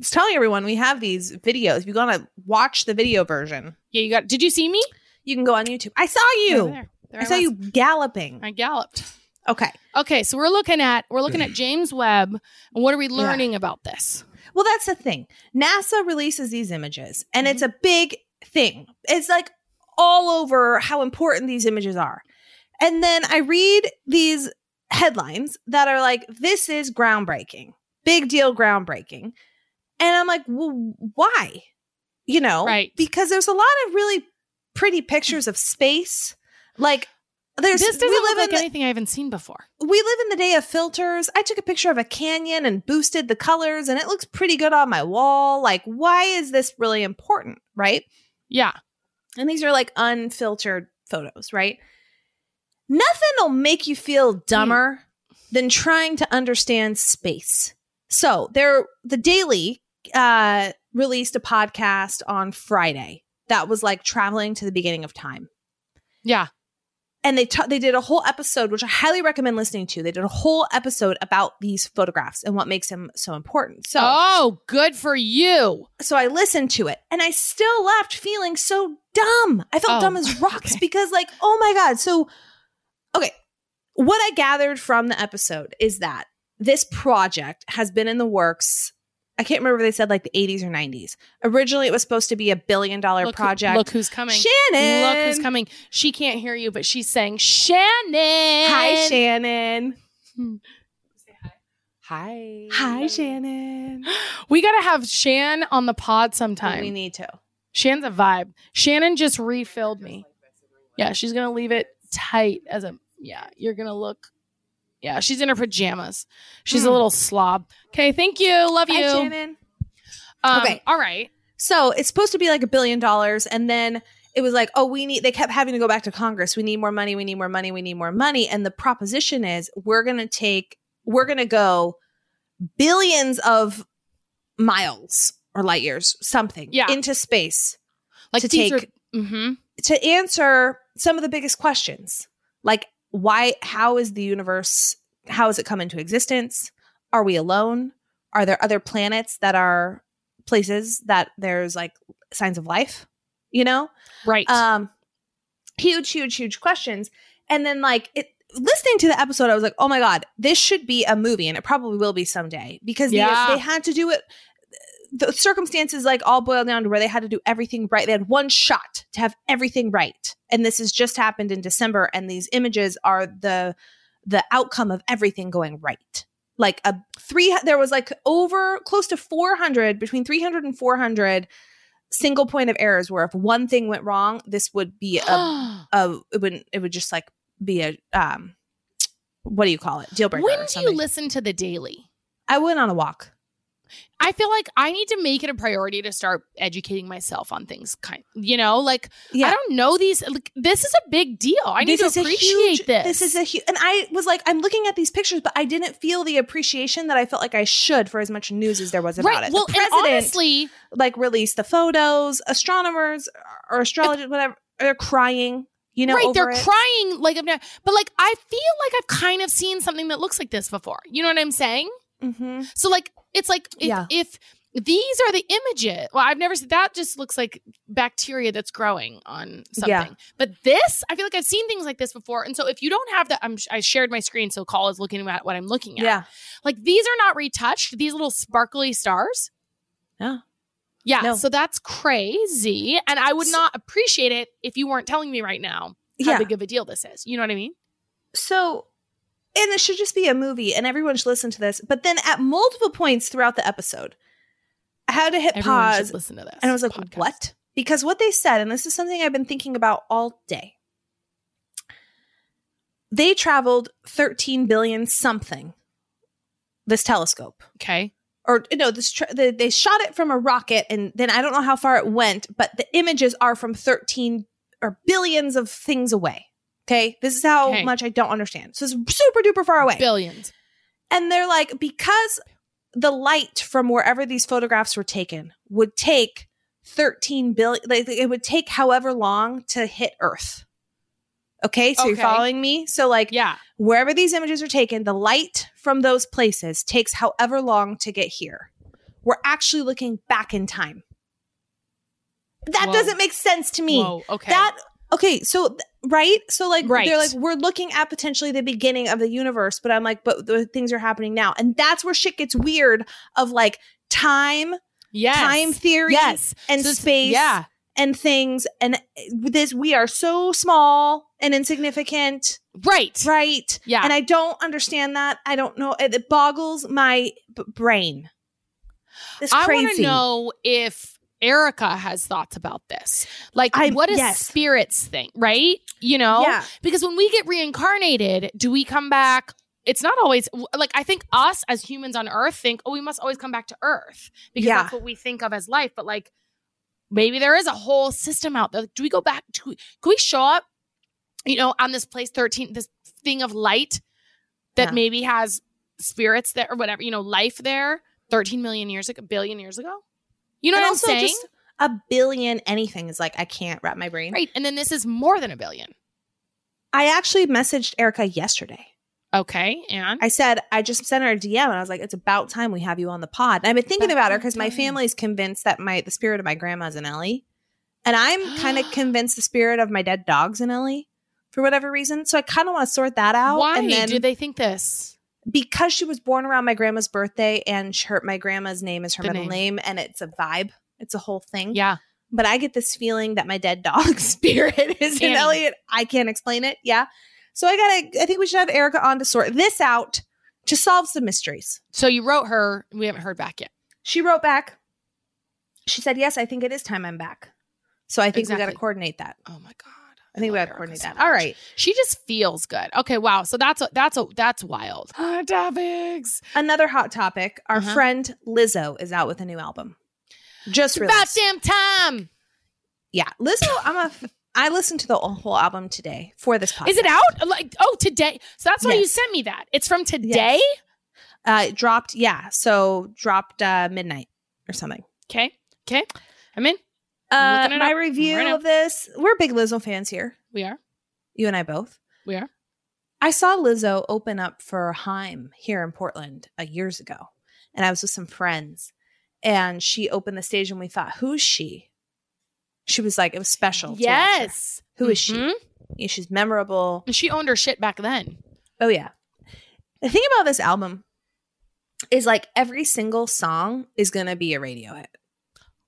Speaker 4: just telling everyone we have these videos. If you want to watch the video version,
Speaker 3: Yeah, you got. Did you see me?
Speaker 4: you can go on YouTube. I saw
Speaker 3: Yeah,
Speaker 4: you.
Speaker 3: Oh, There. There
Speaker 4: I saw
Speaker 3: was.
Speaker 4: you galloping.
Speaker 3: I galloped.
Speaker 4: Okay.
Speaker 3: Okay, so we're looking at we're looking at James Webb, and what are we learning about this?
Speaker 4: Well, that's the thing. NASA releases these images, and it's a
Speaker 3: Mm-hmm.
Speaker 4: big thing. It's like all over how important these images are. And then I read these headlines that are like, this is groundbreaking, big deal, groundbreaking. And I'm like, well, why? You know,
Speaker 3: Right.
Speaker 4: Because there's a lot of really pretty pictures of space. Like, there's
Speaker 3: this
Speaker 4: we live
Speaker 3: doesn't look like
Speaker 4: in the-
Speaker 3: anything I haven't seen before.
Speaker 4: we live in the day of filters. I took a picture of a canyon and boosted the colors, and it looks pretty good on my wall. Like, why is this really important? Right.
Speaker 3: Yeah,
Speaker 4: And these are like unfiltered photos, right? Nothing will make you feel dumber than trying to understand space. So, there, the Daily uh, released a podcast on Friday that was like traveling to the beginning of time.
Speaker 3: yeah.
Speaker 4: and they ta- they did a whole episode which I highly recommend listening to. They did a whole episode about these photographs and what makes them so important. So
Speaker 3: oh, good for you.
Speaker 4: so I listened to it and I still left feeling so dumb. I felt
Speaker 3: Oh,
Speaker 4: dumb as rocks
Speaker 3: okay.
Speaker 4: because, like, oh my God. So, okay. What I gathered from the episode is that this project has been in the works. I can't remember if they said like the 80s or 90s. Originally, it was supposed to be a billion dollar
Speaker 3: Look who-
Speaker 4: project.
Speaker 3: Look who's coming.
Speaker 4: Shannon.
Speaker 3: Look who's coming. She can't hear you, but she's saying Shannon.
Speaker 4: Hi, Shannon.
Speaker 3: Hi.
Speaker 4: Hi, Shannon.
Speaker 3: We gotta have Shan on the pod sometime.
Speaker 4: We need to.
Speaker 3: Shan's a vibe. Shannon just refilled me. Yeah, she's gonna leave it tight as a yeah, you're gonna look yeah, she's in her pajamas. She's a
Speaker 4: Mm.
Speaker 3: little slob. Okay, thank you. Love
Speaker 4: Hi,
Speaker 3: you.
Speaker 4: Shannon.
Speaker 3: Um,
Speaker 4: Okay.
Speaker 3: All right.
Speaker 4: So it's supposed to be like a billion dollars. And then it was like, oh, we need, they kept having to go back to Congress. We need more money. We need more money. We need more money. And the proposition is we're going to take, we're going to go billions of miles or light years, something
Speaker 3: Yeah.
Speaker 4: into space
Speaker 3: Like
Speaker 4: To
Speaker 3: these
Speaker 4: take-
Speaker 3: are- mhm.
Speaker 4: to answer some of the biggest questions. Like, why, how is the universe, how has it come into existence? Are we alone? Are there other planets that are places that there's like signs of life? You know?
Speaker 3: Right.
Speaker 4: Um, huge, huge, huge questions. And then like it listening to the episode, I was like, oh my God, this should be a movie, and it probably will be someday because they-
Speaker 3: Yeah.
Speaker 4: they, had to do it. The circumstances like all boiled down to where they had to do everything right. They had one shot to have everything right, and this has just happened in December. And these images are the the outcome of everything going right. Like a three, there was like over close to 400, between 300 and 400 single point of errors where if one thing went wrong, this would be a, a it wouldn't, it would just like be a, um, what do you call it? Deal breaker. or
Speaker 3: when do you
Speaker 4: something.
Speaker 3: listen to the daily?
Speaker 4: I went on a walk.
Speaker 3: I feel like I need to make it a priority to start educating myself on things. Kind, you know, like
Speaker 4: Yeah.
Speaker 3: I don't know these. Like, this is a big deal. I need to
Speaker 4: This is a
Speaker 3: appreciate
Speaker 4: huge-
Speaker 3: this.
Speaker 4: This is a huge, and I was like, I'm looking at these pictures, but I didn't feel the appreciation that I felt like I should for as much news as there was about
Speaker 3: right.
Speaker 4: it. The
Speaker 3: Well, and
Speaker 4: president-
Speaker 3: honestly,
Speaker 4: like release the photos. Astronomers or astrologers, whatever, they're crying. You know,
Speaker 3: right? They're
Speaker 4: over it.
Speaker 3: crying like, I'm not- but like I feel like I've kind of seen something that looks like this before. You know what I'm saying?
Speaker 4: Mhm.
Speaker 3: So like, it's like if,
Speaker 4: Yeah.
Speaker 3: if these are the images. Well, I've never seen that. Just looks like bacteria that's growing on something.
Speaker 4: Yeah.
Speaker 3: But this, I feel like I've seen things like this before. And so if you don't have that, I'm, I shared my screen, so call is looking at what I'm looking at.
Speaker 4: Yeah.
Speaker 3: Like these are not retouched. These little sparkly stars.
Speaker 4: No.
Speaker 3: Yeah.
Speaker 4: No.
Speaker 3: So that's crazy. And I would
Speaker 4: So-
Speaker 3: not appreciate it if you weren't telling me right now how
Speaker 4: Yeah.
Speaker 3: big of a deal this is. You know what I mean?
Speaker 4: So, and it should just be a movie and everyone should listen to this. But then at multiple points throughout the episode, I had to hit
Speaker 3: Everyone
Speaker 4: pause
Speaker 3: should listen to this.
Speaker 4: and I was like,
Speaker 3: podcast.
Speaker 4: what? Because what they said, and this is something I've been thinking about all day, they traveled 13 billion something, this telescope.
Speaker 3: Okay.
Speaker 4: or no, this tr the, they shot it from a rocket, and then I don't know how far it went, but the images are from thirteen or billions of things away. Okay, this is how
Speaker 3: Okay.
Speaker 4: much I don't understand. So it's super duper far away,
Speaker 3: Billions.
Speaker 4: and they're like because the light from wherever these photographs were taken would take thirteen billion. Like it would take however long to hit Earth. Okay, so you're
Speaker 3: Okay.
Speaker 4: following me. So like
Speaker 3: Yeah.
Speaker 4: wherever these images are taken, the light from those places takes however long to get here. We're actually looking back in time. That
Speaker 3: Whoa.
Speaker 4: doesn't make sense to me.
Speaker 3: Whoa. Okay.
Speaker 4: That okay, so th- right? So like
Speaker 3: Right.
Speaker 4: they're like we're looking at potentially the beginning of the universe, but I'm like but the things are happening now. And that's where shit gets weird of like time,
Speaker 3: yes.
Speaker 4: time theory
Speaker 3: Yes.
Speaker 4: and
Speaker 3: So it's-
Speaker 4: space
Speaker 3: Yeah.
Speaker 4: and things and uh, this we are so small and insignificant,
Speaker 3: Right.
Speaker 4: right?
Speaker 3: Yeah.
Speaker 4: And I don't understand that. I don't know. It, it boggles my b- brain. It's
Speaker 3: I
Speaker 4: crazy.
Speaker 3: want to know if Erica has thoughts about this. Like,
Speaker 4: I'm-
Speaker 3: what is
Speaker 4: yes.
Speaker 3: spirits think, right? You know?
Speaker 4: Yeah.
Speaker 3: Because when we get reincarnated, do we come back? It's not always like I think us as humans on Earth think, oh, we must always come back to Earth because
Speaker 4: Yeah.
Speaker 3: that's what we think of as life. But like, maybe there is a whole system out there. Like, do we go back? Do we, can we show up, you know, on this place 13, this thing of light that
Speaker 4: Yeah.
Speaker 3: maybe has spirits there or whatever, you know, life there 13 million years ago, billion years ago? You know
Speaker 4: and
Speaker 3: what I'm
Speaker 4: also
Speaker 3: saying?
Speaker 4: just a billion anything is like I can't wrap my brain.
Speaker 3: right. And then this is more than a billion.
Speaker 4: I actually messaged Erica yesterday.
Speaker 3: Okay, and
Speaker 4: I said, I just sent her a DM and I was like, it's about time we have you on the pod. And I've been thinking
Speaker 3: About
Speaker 4: about her because my
Speaker 3: time.
Speaker 4: family's convinced that my the spirit of my grandma's in Ellie. And I'm kind of convinced the spirit of my dead dog's in Ellie for whatever reason. So I kind of want to sort that out.
Speaker 3: why
Speaker 4: And then
Speaker 3: do they think this?
Speaker 4: because she was born around my grandma's birthday and sh- her, my grandma's name is her
Speaker 3: The
Speaker 4: middle
Speaker 3: name.
Speaker 4: name. and it's a vibe. It's a whole thing.
Speaker 3: Yeah,
Speaker 4: But I get this feeling that my dead dog spirit is in
Speaker 3: Annie.
Speaker 4: Elliot. I can't explain it. Yeah. So I gotta I think we should have Erica on to sort this out to solve some mysteries.
Speaker 3: so you wrote her. We haven't heard back yet.
Speaker 4: She wrote back. She said, Yes, I think it is time I'm back. So I think we
Speaker 3: Exactly.
Speaker 4: gotta coordinate that.
Speaker 3: Oh my god,
Speaker 4: I think we
Speaker 3: love
Speaker 4: gotta
Speaker 3: Erica
Speaker 4: coordinate
Speaker 3: so
Speaker 4: that.
Speaker 3: much.
Speaker 4: All right.
Speaker 3: she just feels good. Okay, wow. So that's a, that's a that's wild. Hot topics.
Speaker 4: Another hot topic. Our
Speaker 3: Uh-huh.
Speaker 4: friend Lizzo is out with a new album. Just
Speaker 3: It's
Speaker 4: released.
Speaker 3: about damn time.
Speaker 4: Yeah, Lizzo. I'm a. f- I listened to the whole album today for this podcast.
Speaker 3: Is it out? Like oh today. So that's why you
Speaker 4: Yes.
Speaker 3: sent me that. It's from today.
Speaker 4: Uh, it dropped. Yeah, so dropped uh, midnight or something.
Speaker 3: Okay. Okay. I'm in. I'm
Speaker 4: Uh,
Speaker 3: looking it
Speaker 4: my
Speaker 3: up
Speaker 4: review
Speaker 3: right now.
Speaker 4: of this. We're big Lizzo fans here.
Speaker 3: We are.
Speaker 4: You and I both.
Speaker 3: We are.
Speaker 4: I saw Lizzo open up for Heim here in Portland uh, years ago, and I was with some friends, and she opened the stage, and we thought, "Who's she?" She was like, "It was special." to watch her.
Speaker 3: Yes.
Speaker 4: Who is she?
Speaker 3: Mhm.
Speaker 4: Yeah, she's memorable.
Speaker 3: And she owned her shit back then.
Speaker 4: Oh yeah. The thing about this album is like every single song is gonna be a radio hit.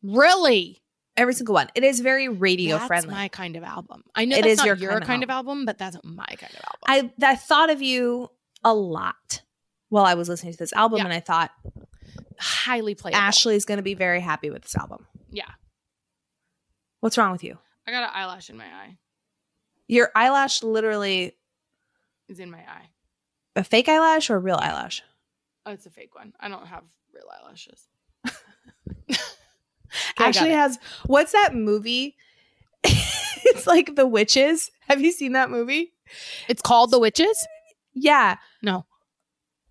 Speaker 3: Really?
Speaker 4: Every single one. It is very radio
Speaker 3: that's
Speaker 4: friendly.
Speaker 3: my kind of album. I know
Speaker 4: It
Speaker 3: that's
Speaker 4: is
Speaker 3: not your,
Speaker 4: your
Speaker 3: kind,
Speaker 4: kind of
Speaker 3: of album, but that's my kind of album.
Speaker 4: I I thought of you a lot while I was listening to this album,
Speaker 3: Yeah.
Speaker 4: and I thought
Speaker 3: Highly playable.
Speaker 4: Ashley's gonna be very happy with this album.
Speaker 3: Yeah.
Speaker 4: What's wrong with you?
Speaker 3: I got an eyelash in my eye.
Speaker 4: Your eyelash literally
Speaker 3: It's in my eye.
Speaker 4: a fake eyelash or a real eyelash?
Speaker 3: Oh, it's a fake one. I don't have real eyelashes.
Speaker 4: Ashley has what's that movie? it's like The Witches. Have you seen that movie?
Speaker 3: It's called The Witches?
Speaker 4: Yeah.
Speaker 3: No.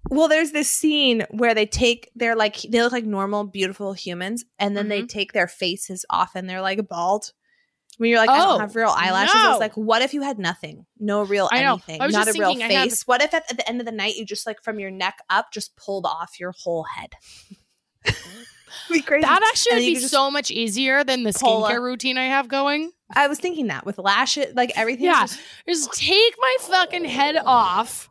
Speaker 4: Well, there's this scene where they take they're like they look like normal, beautiful humans, and then
Speaker 3: Mm-hmm.
Speaker 4: they take their faces off and they're like bald. When you're like, I
Speaker 3: Oh,
Speaker 4: don't have real eyelashes. I
Speaker 3: no.
Speaker 4: was like, what if you had nothing? No real
Speaker 3: I know.
Speaker 4: anything.
Speaker 3: I was
Speaker 4: Not
Speaker 3: just
Speaker 4: a real
Speaker 3: thinking I have-
Speaker 4: face. What if at, at the end of the night you just like from your neck up just pulled off your whole head? Be crazy.
Speaker 3: That actually
Speaker 4: And
Speaker 3: would
Speaker 4: you
Speaker 3: be
Speaker 4: could just
Speaker 3: so much easier than the
Speaker 4: pull
Speaker 3: skincare
Speaker 4: up.
Speaker 3: routine I have going.
Speaker 4: I was thinking that with lashes, like everything.
Speaker 3: Yeah.
Speaker 4: just,
Speaker 3: Just take my fucking head off.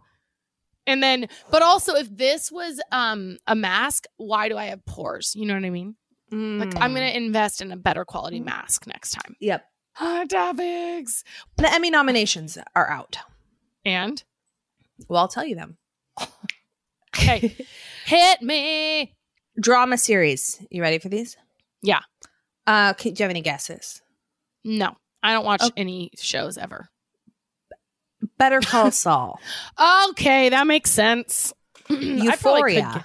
Speaker 3: And then, but also, if this was um a mask, why do I have pores? You know what I mean? Like, I'm
Speaker 4: Mm.
Speaker 3: gonna invest in a better quality mask next time.
Speaker 4: Yep.
Speaker 3: Hot topics.
Speaker 4: The Emmy nominations are out.
Speaker 3: And
Speaker 4: Well, I'll tell you them.
Speaker 3: okay, hit me.
Speaker 4: drama series. You ready for these?
Speaker 3: Yeah.
Speaker 4: Uh, can, do you have any guesses?
Speaker 3: No, I don't watch
Speaker 4: Okay.
Speaker 3: any shows ever.
Speaker 4: Better Call Saul,
Speaker 3: Okay, that makes sense. I probably could
Speaker 4: Euphoria.
Speaker 3: get-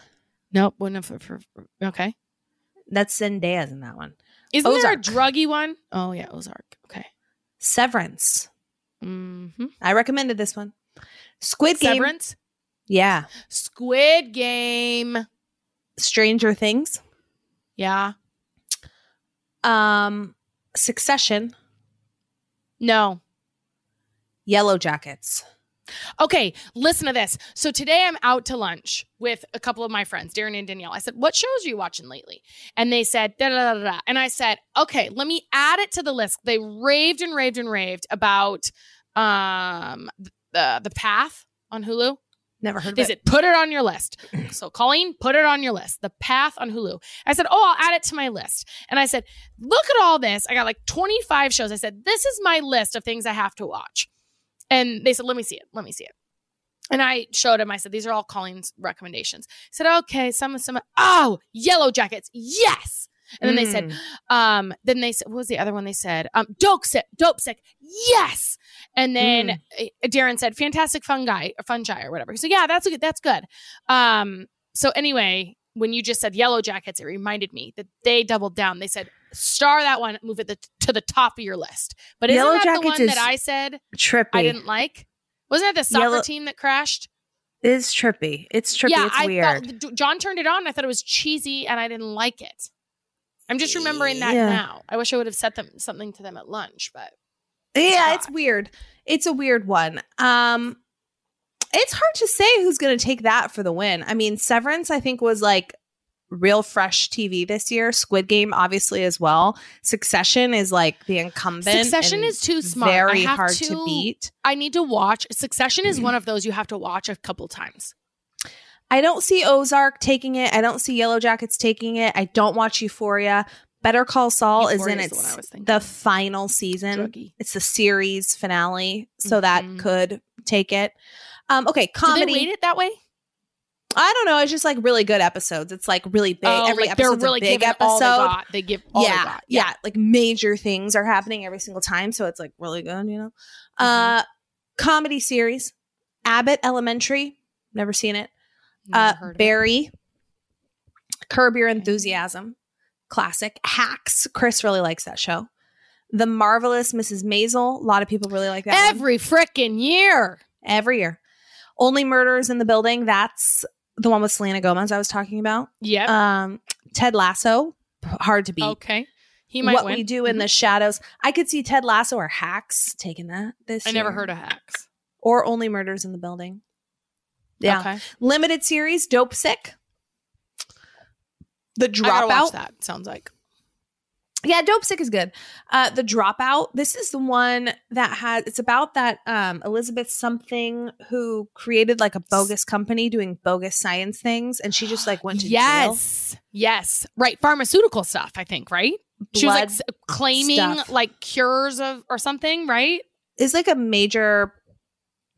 Speaker 3: Nope, wouldn't have. For, for- okay,
Speaker 4: That's Zendaya's in that one.
Speaker 3: isn't there a
Speaker 4: Ozark.
Speaker 3: druggy one? Oh yeah, Ozark. Okay.
Speaker 4: Severance.
Speaker 3: hmm
Speaker 4: I recommended this one. Squid Game.
Speaker 3: Severance.
Speaker 4: Yeah.
Speaker 3: Squid Game.
Speaker 4: Stranger Things.
Speaker 3: Yeah.
Speaker 4: Um, Succession.
Speaker 3: No.
Speaker 4: Yellow Jackets.
Speaker 3: Okay, listen to this. So today I'm out to lunch with a couple of my friends, Darren and Danielle. I said, What shows are you watching lately? And they said, da da da da. da. And I said, Okay, let me add it to the list. They raved and raved and raved about um the the path on Hulu.
Speaker 4: Never heard of
Speaker 3: They
Speaker 4: it.
Speaker 3: said, put it on your list. So, Colleen, put it on your list. The path on Hulu. I said, oh, I'll add it to my list. And I said, look at all this. I got like 25 shows. I said, this is my list of things I have to watch. And they said, let me see it. Let me see it. And I showed him, I said, these are all Colleen's recommendations. I said, okay, some of some, oh, Yellow Jackets. Yes. And then they said,
Speaker 4: Mm.
Speaker 3: um, then they said, what was the other one they said? Um, dope sick, dope sick. Yes. And
Speaker 4: Mm.
Speaker 3: then uh, Darren said, fantastic fungi or fungi or whatever. So yeah, that's good. That's good. Um, so anyway, when you just said yellow jackets, it reminded me that they doubled down. They said, star that one, move it the, to the top of your list. But isn't
Speaker 4: Yellow
Speaker 3: that the
Speaker 4: Jackets
Speaker 3: one
Speaker 4: is
Speaker 3: that I said
Speaker 4: trippy.
Speaker 3: I didn't like? Wasn't that the soccer
Speaker 4: Yellow-
Speaker 3: team that crashed?
Speaker 4: it's trippy. It's trippy.
Speaker 3: yeah,
Speaker 4: it's
Speaker 3: I
Speaker 4: weird.
Speaker 3: thought D- John turned it on. and I thought it was cheesy, and I didn't like it. I'm just remembering that
Speaker 4: Yeah.
Speaker 3: now. I wish I would have said them something to them at lunch, but
Speaker 4: Yeah,
Speaker 3: not.
Speaker 4: it's weird. It's a weird one. Um it's hard to say who's going to take that for the win. I mean, Severance I think was like real fresh TV this year. Squid Game obviously as well. Succession is like the incumbent.
Speaker 3: Succession
Speaker 4: and
Speaker 3: is too smart. I
Speaker 4: Very
Speaker 3: have
Speaker 4: hard to,
Speaker 3: to-
Speaker 4: beat.
Speaker 3: I need to watch. Succession is one of those you have to watch a couple times.
Speaker 4: I don't see Ozark taking it. I don't see Yellow Jackets taking it. I don't watch Euphoria. Better Call Saul is in
Speaker 3: Euphoria's the one I
Speaker 4: its
Speaker 3: was thinking.
Speaker 4: the final season.
Speaker 3: Druggy.
Speaker 4: It's the series finale, so
Speaker 3: Mhm.
Speaker 4: that could take it. Um, okay,
Speaker 3: Do they rate
Speaker 4: comedy.
Speaker 3: it that way?
Speaker 4: I don't know. It's just like really good episodes. It's like really big.
Speaker 3: Oh,
Speaker 4: Every
Speaker 3: like they're
Speaker 4: episode's
Speaker 3: really
Speaker 4: a big
Speaker 3: giving all they
Speaker 4: episode.
Speaker 3: got. They give all they
Speaker 4: Yeah,
Speaker 3: got.
Speaker 4: yeah, Like major things are happening every single time, so it's like really good. You know,
Speaker 3: Mm-hmm.
Speaker 4: uh, comedy series. Abbott Elementary. Never seen it. Uh,
Speaker 3: Never heard of it. Mm-hmm.
Speaker 4: Barry. Curb Your Enthusiasm. Classic. Hacks. Chris really likes that show. The Marvelous Mrs. Maisel. A lot of people really like that. one.
Speaker 3: every freaking
Speaker 4: Uh,
Speaker 3: year.
Speaker 4: Every year. Only Murders in the Building. That's the one with Selena Gomez I was talking about.
Speaker 3: Yep.
Speaker 4: Um, Ted Lasso. p- Hard to beat.
Speaker 3: okay. He might
Speaker 4: What
Speaker 3: win. Mm-hmm.
Speaker 4: we do in the shadows. I could see Ted Lasso or Hacks taking that this
Speaker 3: I never
Speaker 4: year.
Speaker 3: heard of hacks.
Speaker 4: Or Only Murders in the Building. Yeah.
Speaker 3: Okay.
Speaker 4: Limited series, Dope Sick. The
Speaker 3: I gotta watch
Speaker 4: Dropout.
Speaker 3: that. Sounds like.
Speaker 4: Yeah, Dope Sick is good. Uh, the Dropout. This is the one that has. It's about that um, Elizabeth something who created like a bogus company doing bogus science things, and she just like went to jail.
Speaker 3: yes. Yes. Right. Pharmaceutical stuff, I think, right? she was like
Speaker 4: Blood
Speaker 3: s- claiming
Speaker 4: stuff.
Speaker 3: like cures of or something, right?
Speaker 4: is like a major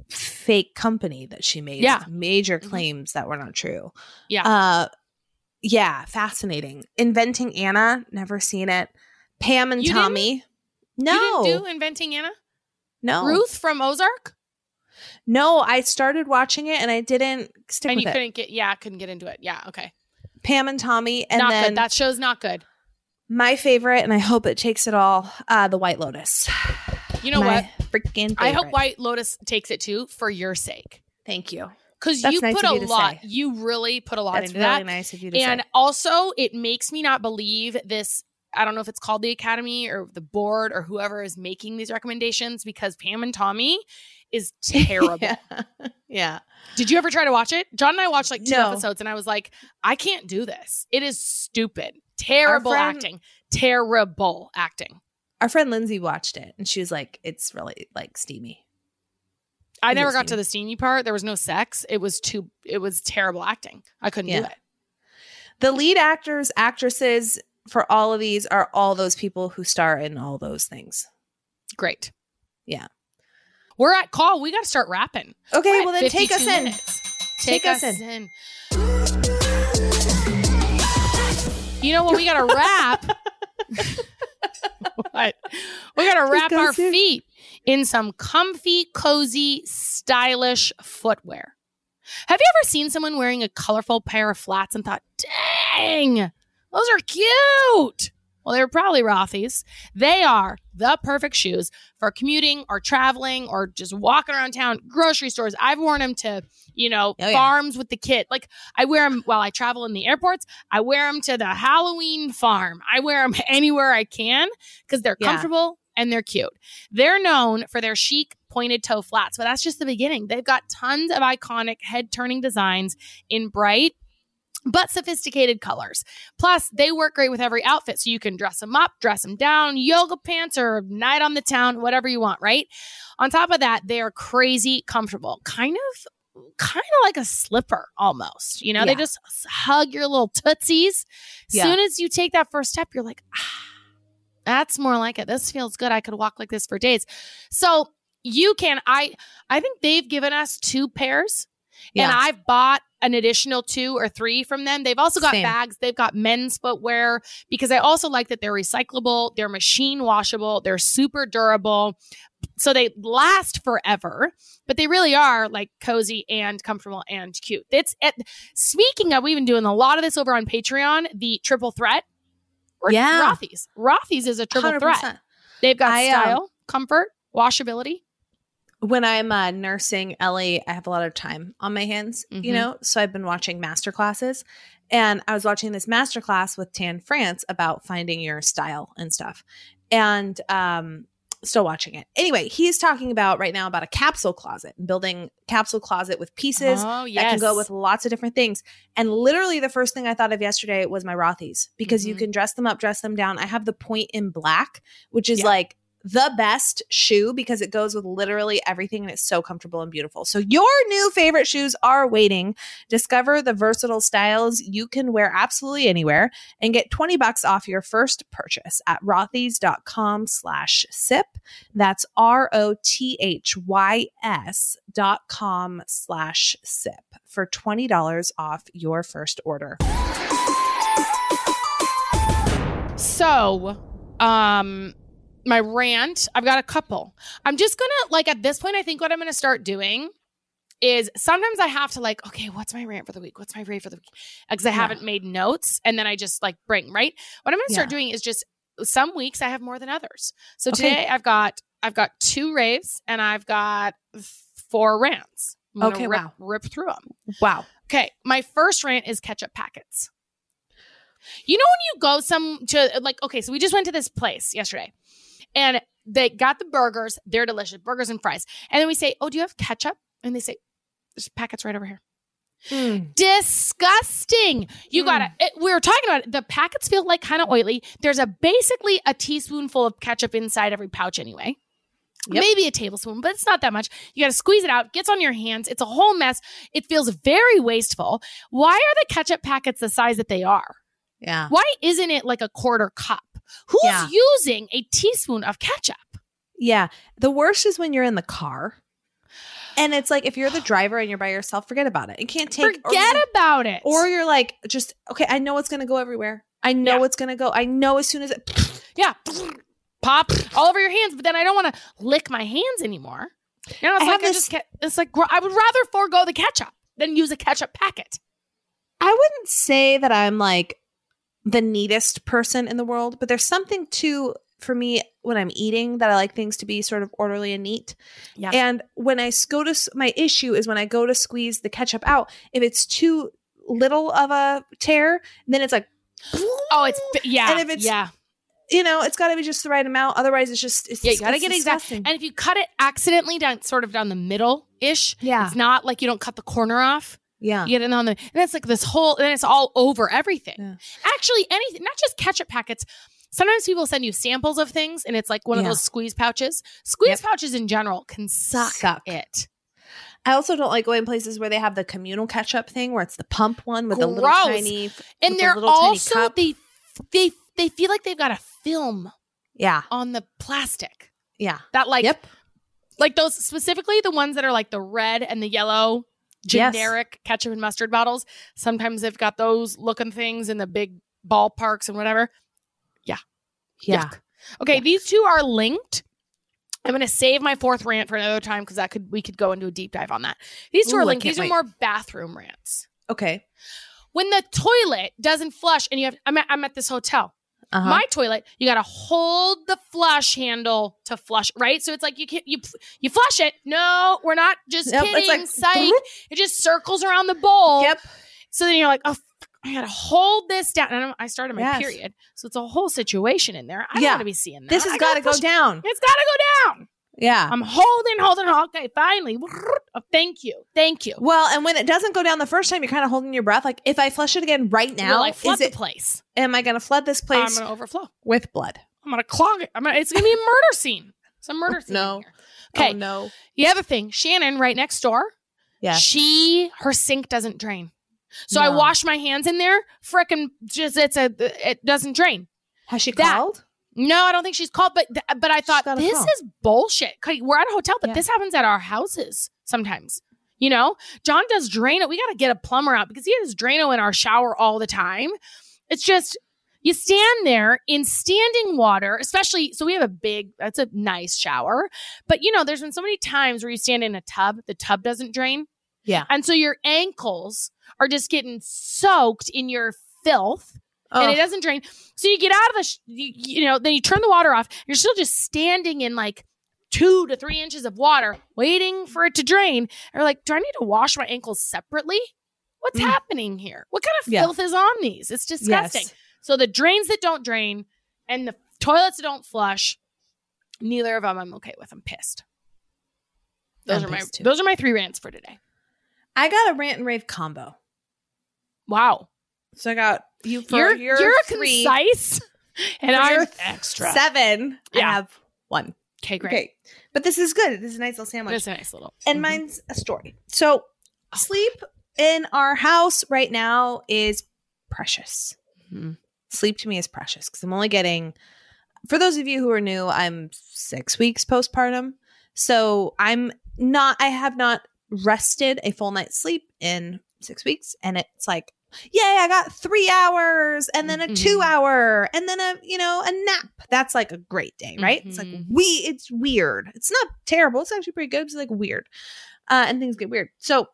Speaker 4: fake company that she made.
Speaker 3: Yeah.
Speaker 4: with major
Speaker 3: Mhm.
Speaker 4: claims that were not true.
Speaker 3: Yeah.
Speaker 4: uh, yeah, fascinating. Inventing Anna. Never seen it. Pam and
Speaker 3: You didn't?
Speaker 4: Tommy.
Speaker 3: You
Speaker 4: No,
Speaker 3: didn't do Inventing Anna?
Speaker 4: no,
Speaker 3: Ruth from Ozark?
Speaker 4: no. I started watching it and I didn't stick
Speaker 3: And
Speaker 4: with
Speaker 3: you
Speaker 4: it.
Speaker 3: couldn't get yeah, I couldn't get into it. Yeah, okay.
Speaker 4: Pam and Tommy, and
Speaker 3: not
Speaker 4: then
Speaker 3: good. That show's not good.
Speaker 4: my favorite, and I hope it takes it all. Uh, the White Lotus.
Speaker 3: You know
Speaker 4: My
Speaker 3: what?
Speaker 4: Freaking. Favorite.
Speaker 3: I hope White Lotus takes it too for your sake.
Speaker 4: Thank you.
Speaker 3: Because
Speaker 4: That's
Speaker 3: you
Speaker 4: nice
Speaker 3: put
Speaker 4: of
Speaker 3: a
Speaker 4: you to
Speaker 3: lot.
Speaker 4: say.
Speaker 3: You really put a lot
Speaker 4: That's
Speaker 3: into
Speaker 4: really
Speaker 3: that.
Speaker 4: nice of you to
Speaker 3: And
Speaker 4: say.
Speaker 3: also, it makes me not believe this. I don't know if it's called the academy or the board or whoever is making these recommendations because Pam and Tommy is terrible.
Speaker 4: yeah. yeah.
Speaker 3: Did you ever try to watch it? John and I watched like two
Speaker 4: No.
Speaker 3: episodes and I was like, I can't do this. It is stupid. Terrible
Speaker 4: friend-
Speaker 3: acting. Terrible acting.
Speaker 4: Our friend Lindsay watched it and she was like, "It's really like steamy."
Speaker 3: I
Speaker 4: Is it
Speaker 3: never got to
Speaker 4: steamy?
Speaker 3: the steamy part. There was no sex. It was too it was terrible acting. I couldn't do
Speaker 4: Yeah.
Speaker 3: it.
Speaker 4: The lead actors, actresses for all of these are all those people who star in all those things.
Speaker 3: Great.
Speaker 4: Yeah.
Speaker 3: We're at call. We gotta start rapping.
Speaker 4: Okay,
Speaker 3: We're at
Speaker 4: well then take
Speaker 3: 52
Speaker 4: us in.
Speaker 3: minutes. Take,
Speaker 4: Take
Speaker 3: us,
Speaker 4: us
Speaker 3: in. You know what? We got to wrap. what? We got to wrap
Speaker 4: Take
Speaker 3: our
Speaker 4: us in.
Speaker 3: feet in some comfy, cozy, stylish footwear. Have you ever seen someone wearing a colorful pair of flats and thought, dang, those are cute? Well, they were probably Rothy's. They are the perfect shoes for commuting or traveling or just walking around town, grocery stores. I've worn them to, you know,
Speaker 4: Oh, yeah.
Speaker 3: farms with the kid. Like I wear them while I travel in the airports. I wear them to the Halloween farm. I wear them anywhere I can because they're
Speaker 4: Yeah.
Speaker 3: comfortable and they're cute. They're known for their chic pointed toe flats, but that's just the beginning. They've got tons of iconic head turning designs in bright, but sophisticated colors. Plus, they work great with every outfit, so you can dress them up, dress them down, yoga pants, or night on the town, whatever you want, right? On top of that, they are crazy comfortable, kind of. Kind of like a slipper almost. You know, they
Speaker 4: Yeah.
Speaker 3: just hug your little tootsies.
Speaker 4: Yeah.
Speaker 3: Soon as you take that first step, you're like, ah, that's more like it. This feels good. I could walk like this for days. So you can, I I think they've given us two pairs and
Speaker 4: Yeah.
Speaker 3: I've bought an additional two or three from them. They've also got
Speaker 4: Same.
Speaker 3: bags. They've got men's footwear because I also like that they're recyclable, they're machine washable, they're super durable. So they last forever, but they really are like cozy and comfortable and cute. It's it, speaking of, we've been doing a lot of this over on Patreon, the triple threat. Or
Speaker 4: Yeah.
Speaker 3: Rothy's. Rothy's is a triple
Speaker 4: 100%.
Speaker 3: threat. They've got
Speaker 4: I, um,
Speaker 3: style, comfort, washability.
Speaker 4: When I'm uh, nursing Ellie, I have a lot of time on my hands, you
Speaker 3: Mhm.
Speaker 4: know, so I've been watching master classes. And I was watching this master class with Tan France about finding your style and stuff. And um, still watching it. Anyway, he's talking about right now about a capsule closet and building capsule closet with pieces
Speaker 3: oh
Speaker 4: that can go with lots of different things. And literally, the first thing I thought of yesterday was my Rothies because you
Speaker 3: Mhm.
Speaker 4: can dress them up, dress them down. I have the point in black, which is
Speaker 3: Yeah.
Speaker 4: like the best shoe because it goes with literally everything and it's so comfortable and beautiful. So, your new favorite shoes are waiting. Discover the versatile styles you can wear absolutely anywhere and get 20 bucks off your first purchase at rothys.com slash sip. That's R O T H Y S dot com slash sip for $20 off your first order.
Speaker 3: So, um, my rant, I've got a couple. I'm just gonna, like, at this point, I think what I'm gonna start doing is sometimes I have to, like, okay, what's my rant for the week? What's my rant for the week? Because I
Speaker 4: Yeah.
Speaker 3: haven't made notes and then I just, like, bring, right? What I'm gonna start
Speaker 4: Yeah.
Speaker 3: doing is just some weeks I have more than others. So
Speaker 4: Okay.
Speaker 3: today I've got, I've got two raves and I've got four rants. I'm gonna
Speaker 4: Okay,
Speaker 3: rip,
Speaker 4: wow.
Speaker 3: Rip through them.
Speaker 4: Wow.
Speaker 3: Okay, my first rant is ketchup packets. You know when you go some to like okay, so we just went to this place yesterday, and they got the burgers. They're delicious burgers and fries. And then we say, "Oh, do you have ketchup?" And they say, "There's packets right over here." Hmm. Disgusting.
Speaker 4: Mm.
Speaker 3: You gotta. it- we were talking about it. The packets feel like kind of oily. There's a basically a teaspoonful of ketchup inside every pouch anyway.
Speaker 4: Yep.
Speaker 3: Maybe a tablespoon, but it's not that much. You got to squeeze it out. Gets on your hands. It's a whole mess. It feels very wasteful. Why are the ketchup packets the size that they are?
Speaker 4: Yeah.
Speaker 3: Why isn't it like a quarter cup? Who's
Speaker 4: Yeah.
Speaker 3: using a teaspoon of ketchup?
Speaker 4: Yeah. The worst is when you're in the car. And it's like if you're the driver and you're by yourself, forget about it. You can't take or-
Speaker 3: Forget about it.
Speaker 4: or you're like just okay, I know it's going to go everywhere. I know
Speaker 3: Yeah.
Speaker 4: it's going to go. I know as soon as it
Speaker 3: yeah, pop all over your hands. But then I don't want to lick my hands anymore. You know, it's
Speaker 4: I
Speaker 3: like
Speaker 4: have
Speaker 3: I
Speaker 4: this-
Speaker 3: just ca- it's like gr- I would rather forego the ketchup than use a ketchup packet.
Speaker 4: I wouldn't say that I'm like the neatest person in the world, but there's something to for me when I'm eating that I like things to be sort of orderly and neat.
Speaker 3: Yeah.
Speaker 4: And when I s- go to s- my issue is when I go to squeeze the ketchup out, if it's too little of a tear, then it's like
Speaker 3: Oh, it's fi- yeah,
Speaker 4: And if it's-
Speaker 3: yeah.
Speaker 4: you know, it's got to be just the right amount. Otherwise, it's just it's
Speaker 3: Yeah, you gotta
Speaker 4: it's
Speaker 3: get exact-
Speaker 4: disgusting.
Speaker 3: And if you cut it accidentally down, sort of down the middle ish,
Speaker 4: yeah,
Speaker 3: it's not like you don't cut the corner off.
Speaker 4: yeah,
Speaker 3: You get it on the, and it's like this whole, and it's all over everything.
Speaker 4: Yeah.
Speaker 3: Actually, anything, not just ketchup packets. Sometimes people send you samples of things, and it's like one of
Speaker 4: Yeah.
Speaker 3: those squeeze pouches. Squeeze
Speaker 4: Yep.
Speaker 3: pouches in general can suck,
Speaker 4: Suck.
Speaker 3: it.
Speaker 4: I also don't like going places where they have the communal ketchup thing, where it's the pump one with the little
Speaker 3: Gross.
Speaker 4: tiny,
Speaker 3: And
Speaker 4: with the
Speaker 3: they're
Speaker 4: little tiny
Speaker 3: also
Speaker 4: cup.
Speaker 3: they they they feel like they've got a film
Speaker 4: yeah,
Speaker 3: on the plastic
Speaker 4: yeah,
Speaker 3: that like
Speaker 4: Yep.
Speaker 3: like those specifically the ones that are like the red and the yellow
Speaker 4: Yes.
Speaker 3: generic ketchup and mustard bottles. Sometimes they've got those looking things in the big ballparks and whatever.
Speaker 4: yeah.
Speaker 3: Yuck. Okay, these two are linked. I'm going to save my fourth rant for another time because that could we could go into a deep dive on that. These two
Speaker 4: Ooh,
Speaker 3: are
Speaker 4: I
Speaker 3: linked.
Speaker 4: can't
Speaker 3: These are
Speaker 4: wait.
Speaker 3: more bathroom rants.
Speaker 4: Okay.
Speaker 3: When the toilet doesn't flush and you have, I'm at, I'm at this hotel.
Speaker 4: Uh-huh.
Speaker 3: My toilet, you got to hold the flush handle to flush, right? So it's like you can't, you you flush it. No, we're not just
Speaker 4: Yep,
Speaker 3: kidding.
Speaker 4: it's like,
Speaker 3: Psych. It just circles around the bowl.
Speaker 4: Yep.
Speaker 3: So then you're like, oh, fuck, I gotta hold this down. And I'm, I started my
Speaker 4: Yes.
Speaker 3: period, so it's a whole situation in there. I
Speaker 4: Yeah.
Speaker 3: don't want to be seeing that.
Speaker 4: This has
Speaker 3: I
Speaker 4: got to go
Speaker 3: push- Um,
Speaker 4: down.
Speaker 3: It's gotta go down.
Speaker 4: Yeah.
Speaker 3: I'm holding, holding, holding. Okay, finally. Oh, thank you, thank you.
Speaker 4: well, and when it doesn't go down the first time, you're kind of holding your breath. Like, if I flush it again right
Speaker 3: You're
Speaker 4: now,
Speaker 3: like flood
Speaker 4: is
Speaker 3: the
Speaker 4: it,
Speaker 3: place.
Speaker 4: am I going to flood this
Speaker 3: I'm
Speaker 4: place
Speaker 3: gonna overflow.
Speaker 4: with blood?
Speaker 3: I'm gonna clog it. I'm gonna, it's gonna be a murder scene. It's a murder scene.
Speaker 4: No.
Speaker 3: in here. Okay.
Speaker 4: Oh, no.
Speaker 3: The other thing, Shannon, right next door.
Speaker 4: Yeah.
Speaker 3: She her sink doesn't drain. So I
Speaker 4: No.
Speaker 3: wash my hands in there. Frickin' just it's a it doesn't drain.
Speaker 4: Has she
Speaker 3: That-
Speaker 4: called?
Speaker 3: No, I don't think she's called, but th- but I thought
Speaker 4: got a
Speaker 3: this
Speaker 4: call.
Speaker 3: is bullshit. 'Cause We're at a hotel, but
Speaker 4: Yeah.
Speaker 3: this happens at our houses sometimes. You know, John does Drano. We got to get a plumber out because he has Drano in our shower all the time. It's just you stand there in standing water, especially. So we have a big, that's a nice shower, but you know, there's been so many times where you stand in a tub, the tub doesn't drain,
Speaker 4: Yeah.
Speaker 3: and so your ankles are just getting soaked in your filth and it
Speaker 4: Ugh.
Speaker 3: doesn't drain. So you get out of the, sh- you, you know, then you turn the water off. You're still just standing in like two to three inches of water, waiting for it to drain. And you're like, do I need to wash my ankles separately? What's
Speaker 4: Mm.
Speaker 3: happening here? What kind of
Speaker 4: Yeah.
Speaker 3: filth is on these? It's disgusting.
Speaker 4: Yes.
Speaker 3: So the drains that don't drain and the toilets that don't flush, Neither of them I'm okay with. I'm pissed. Those
Speaker 4: I'm
Speaker 3: are my
Speaker 4: pissed too.
Speaker 3: those are my three rants for today.
Speaker 4: I got a rant and rave combo.
Speaker 3: Wow.
Speaker 4: So I got you for
Speaker 3: you're
Speaker 4: your
Speaker 3: you're
Speaker 4: three,
Speaker 3: concise and
Speaker 4: for
Speaker 3: I'm
Speaker 4: your
Speaker 3: extra.
Speaker 4: seven.
Speaker 3: Yeah.
Speaker 4: I have one.
Speaker 3: Okay, great.
Speaker 4: Okay, but this is good. This is a nice little sandwich.
Speaker 3: That's a nice little.
Speaker 4: and
Speaker 3: Mhm.
Speaker 4: mine's a story. So sleep in our house right now is precious.
Speaker 3: Mhm.
Speaker 4: Sleep to me is precious because I'm only getting. For those of you who are new, I'm six weeks postpartum, so I'm not. I have not rested a full night's sleep in six weeks, and it's like. Yay, I got three hours and then a
Speaker 3: Mhm.
Speaker 4: two hour and then a, you know, a nap. That's like a great day, right? It's like
Speaker 3: Mhm.
Speaker 4: we, it's weird. It's not terrible. It's actually pretty good. It's like weird uh, and things get weird. So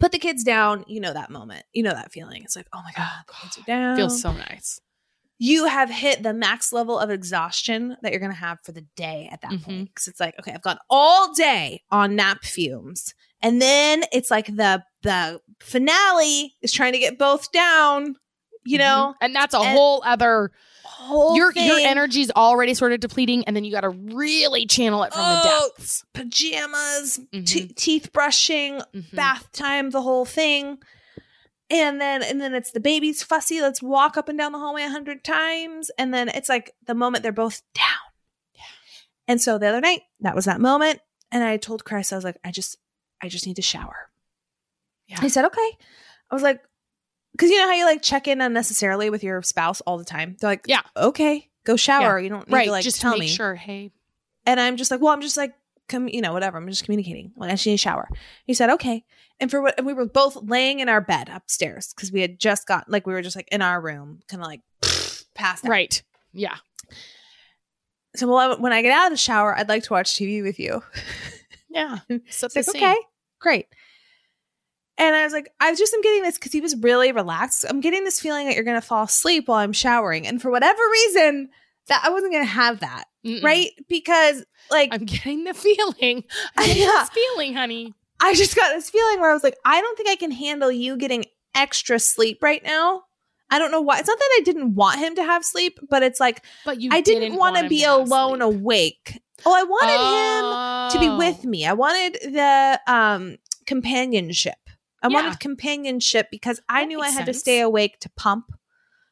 Speaker 4: put the kids down. You know that moment. You know that feeling. It's like, oh my God, the kids are down.
Speaker 3: Feels so nice.
Speaker 4: you have hit the max level of exhaustion that you're going to have for the day at that point.
Speaker 3: Mm-hmm.
Speaker 4: 'Cause point. Because it's like, okay, I've gone all day on nap fumes. And then it's like the the finale is trying to get both down, you know?
Speaker 3: Mhm. and that's a
Speaker 4: and-
Speaker 3: whole other.
Speaker 4: Whole
Speaker 3: your your
Speaker 4: thing.
Speaker 3: energy's already sort of depleting, and then you got to really channel it from
Speaker 4: Oh,
Speaker 3: the depths.
Speaker 4: pajamas,
Speaker 3: Mhm.
Speaker 4: te- teeth brushing,
Speaker 3: Mhm.
Speaker 4: bath time, the whole thing. And then and then it's the baby's fussy. Let's walk up and down the hallway a hundred times. And then it's like the moment they're both down. And so the other night, that was that moment. And I told Chris, I was like, I just I just need to shower.
Speaker 3: mm-hmm. Yeah.
Speaker 4: He said, okay. I was like, because you know how you like check in unnecessarily with your spouse all the time. They're like,
Speaker 3: Yeah.
Speaker 4: okay, go shower. You don't need
Speaker 3: Right.
Speaker 4: to like
Speaker 3: just
Speaker 4: tell
Speaker 3: make
Speaker 4: me.
Speaker 3: sure. Hey.
Speaker 4: And I'm just like, well, I'm just like, com- you know, whatever. I'm just communicating. Like, I just need a shower. He said, okay. And for what, and we were both laying in our bed upstairs because we had just got, like, we were just like in our room, kind of like passed out.
Speaker 3: Right. Yeah.
Speaker 4: So, well, I, when I get out of the shower, I'd like to watch TV with you.
Speaker 3: Yeah. So
Speaker 4: It's like, okay, great. And I was like, I just am getting this because he was really relaxed. I'm getting this feeling that you're going to fall asleep while I'm showering. And for whatever reason, that I wasn't going to have that, right? Because, like,
Speaker 3: I'm getting the feeling. I'm getting
Speaker 4: Yeah.
Speaker 3: this feeling, honey.
Speaker 4: I just got this feeling where I was like, I don't think I can handle you getting extra sleep right now. I don't know why. It's not that I didn't want him to have sleep, but it's like
Speaker 3: But you.
Speaker 4: I didn't, want
Speaker 3: want
Speaker 4: to
Speaker 3: him
Speaker 4: be
Speaker 3: have
Speaker 4: alone
Speaker 3: sleep.
Speaker 4: awake. Oh, I wanted him to be with
Speaker 3: Oh.
Speaker 4: me. I wanted the um companionship. I
Speaker 3: Yeah.
Speaker 4: wanted companionship because I
Speaker 3: That
Speaker 4: knew I
Speaker 3: makes
Speaker 4: had to
Speaker 3: sense.
Speaker 4: stay awake to pump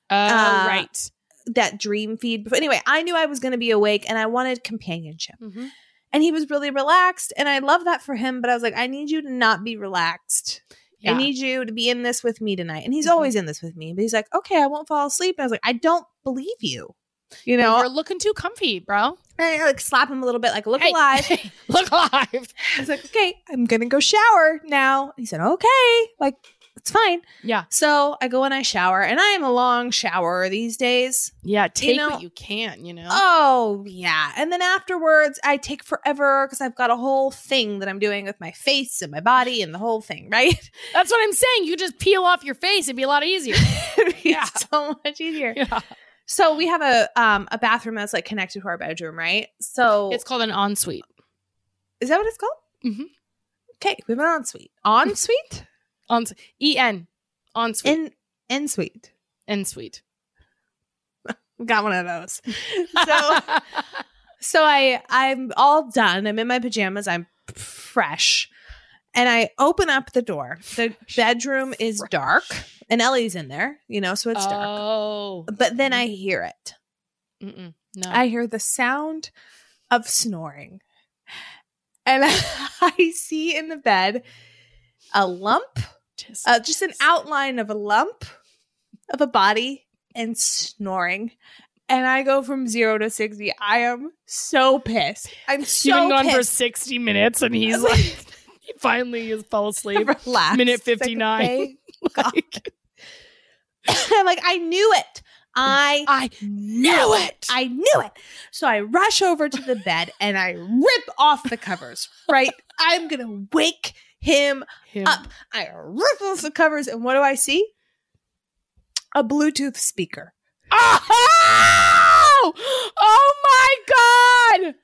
Speaker 3: Oh,
Speaker 4: Uh,
Speaker 3: right.
Speaker 4: that dream feed. But anyway, I knew I was going to be awake and I wanted companionship.
Speaker 3: Mm-hmm.
Speaker 4: And he was really relaxed and I love that for him, but I was like I need you to not be relaxed. I
Speaker 3: Yeah.
Speaker 4: need you to be in this with me tonight. And he's
Speaker 3: Mhm.
Speaker 4: always in this with me, but he's like, okay, I won't fall asleep. And I was like, I don't believe you. You know,
Speaker 3: You're looking too comfy, bro.
Speaker 4: And I, like slap him a little bit, like look
Speaker 3: Hey.
Speaker 4: alive.
Speaker 3: Look alive.
Speaker 4: I was like, okay, I'm gonna go shower now. And he said, okay, like it's fine.
Speaker 3: Yeah.
Speaker 4: So I go and I shower, and I am a long shower these days.
Speaker 3: Yeah. Take
Speaker 4: know-
Speaker 3: what you can. You know.
Speaker 4: Oh yeah. And then afterwards, I take forever because I've got a whole thing that I'm doing with my face and my body and the whole thing, right?
Speaker 3: That's what I'm saying. You just peel off your face. It'd be a lot easier.
Speaker 4: It'd be
Speaker 3: Yeah.
Speaker 4: so much easier.
Speaker 3: yeah.
Speaker 4: So we have a um a bathroom that's like connected to our bedroom, right? So
Speaker 3: It's called an ensuite.
Speaker 4: is that what it's called?
Speaker 3: Mhm.
Speaker 4: Okay, we have an ensuite, ensuite,
Speaker 3: Ensuite. E N. Ensuite.
Speaker 4: in ensuite.
Speaker 3: Ensuite.
Speaker 4: We Got one of those. So so I I'm all done. I'm in my pajamas. I'm fresh, and I open up the door. The bedroom is dark, and Ellie's in there. You know, so it's dark.
Speaker 3: Oh.
Speaker 4: But then I hear it.
Speaker 3: Mm-mm. No.
Speaker 4: I hear the sound of snoring. And I see in the bed a lump,
Speaker 3: just,
Speaker 4: uh, just an outline of a lump of a body and snoring. And I go from zero to 60. I am so pissed. I'm
Speaker 3: You've
Speaker 4: so
Speaker 3: been gone for
Speaker 4: pissed.
Speaker 3: 60 minutes and he's like, he finally is fell asleep.
Speaker 4: Relax.
Speaker 3: minute
Speaker 4: It's like,
Speaker 3: 59.
Speaker 4: okay.
Speaker 3: Like,
Speaker 4: I'm like, I knew it. I
Speaker 3: I knew it.
Speaker 4: I knew it. So I rush over to the bed and I rip off the covers, right? I'm going to wake him
Speaker 3: Him.
Speaker 4: up. I rip off the covers and what do I see? A Bluetooth speaker.
Speaker 3: Uh, Oh! Oh my God!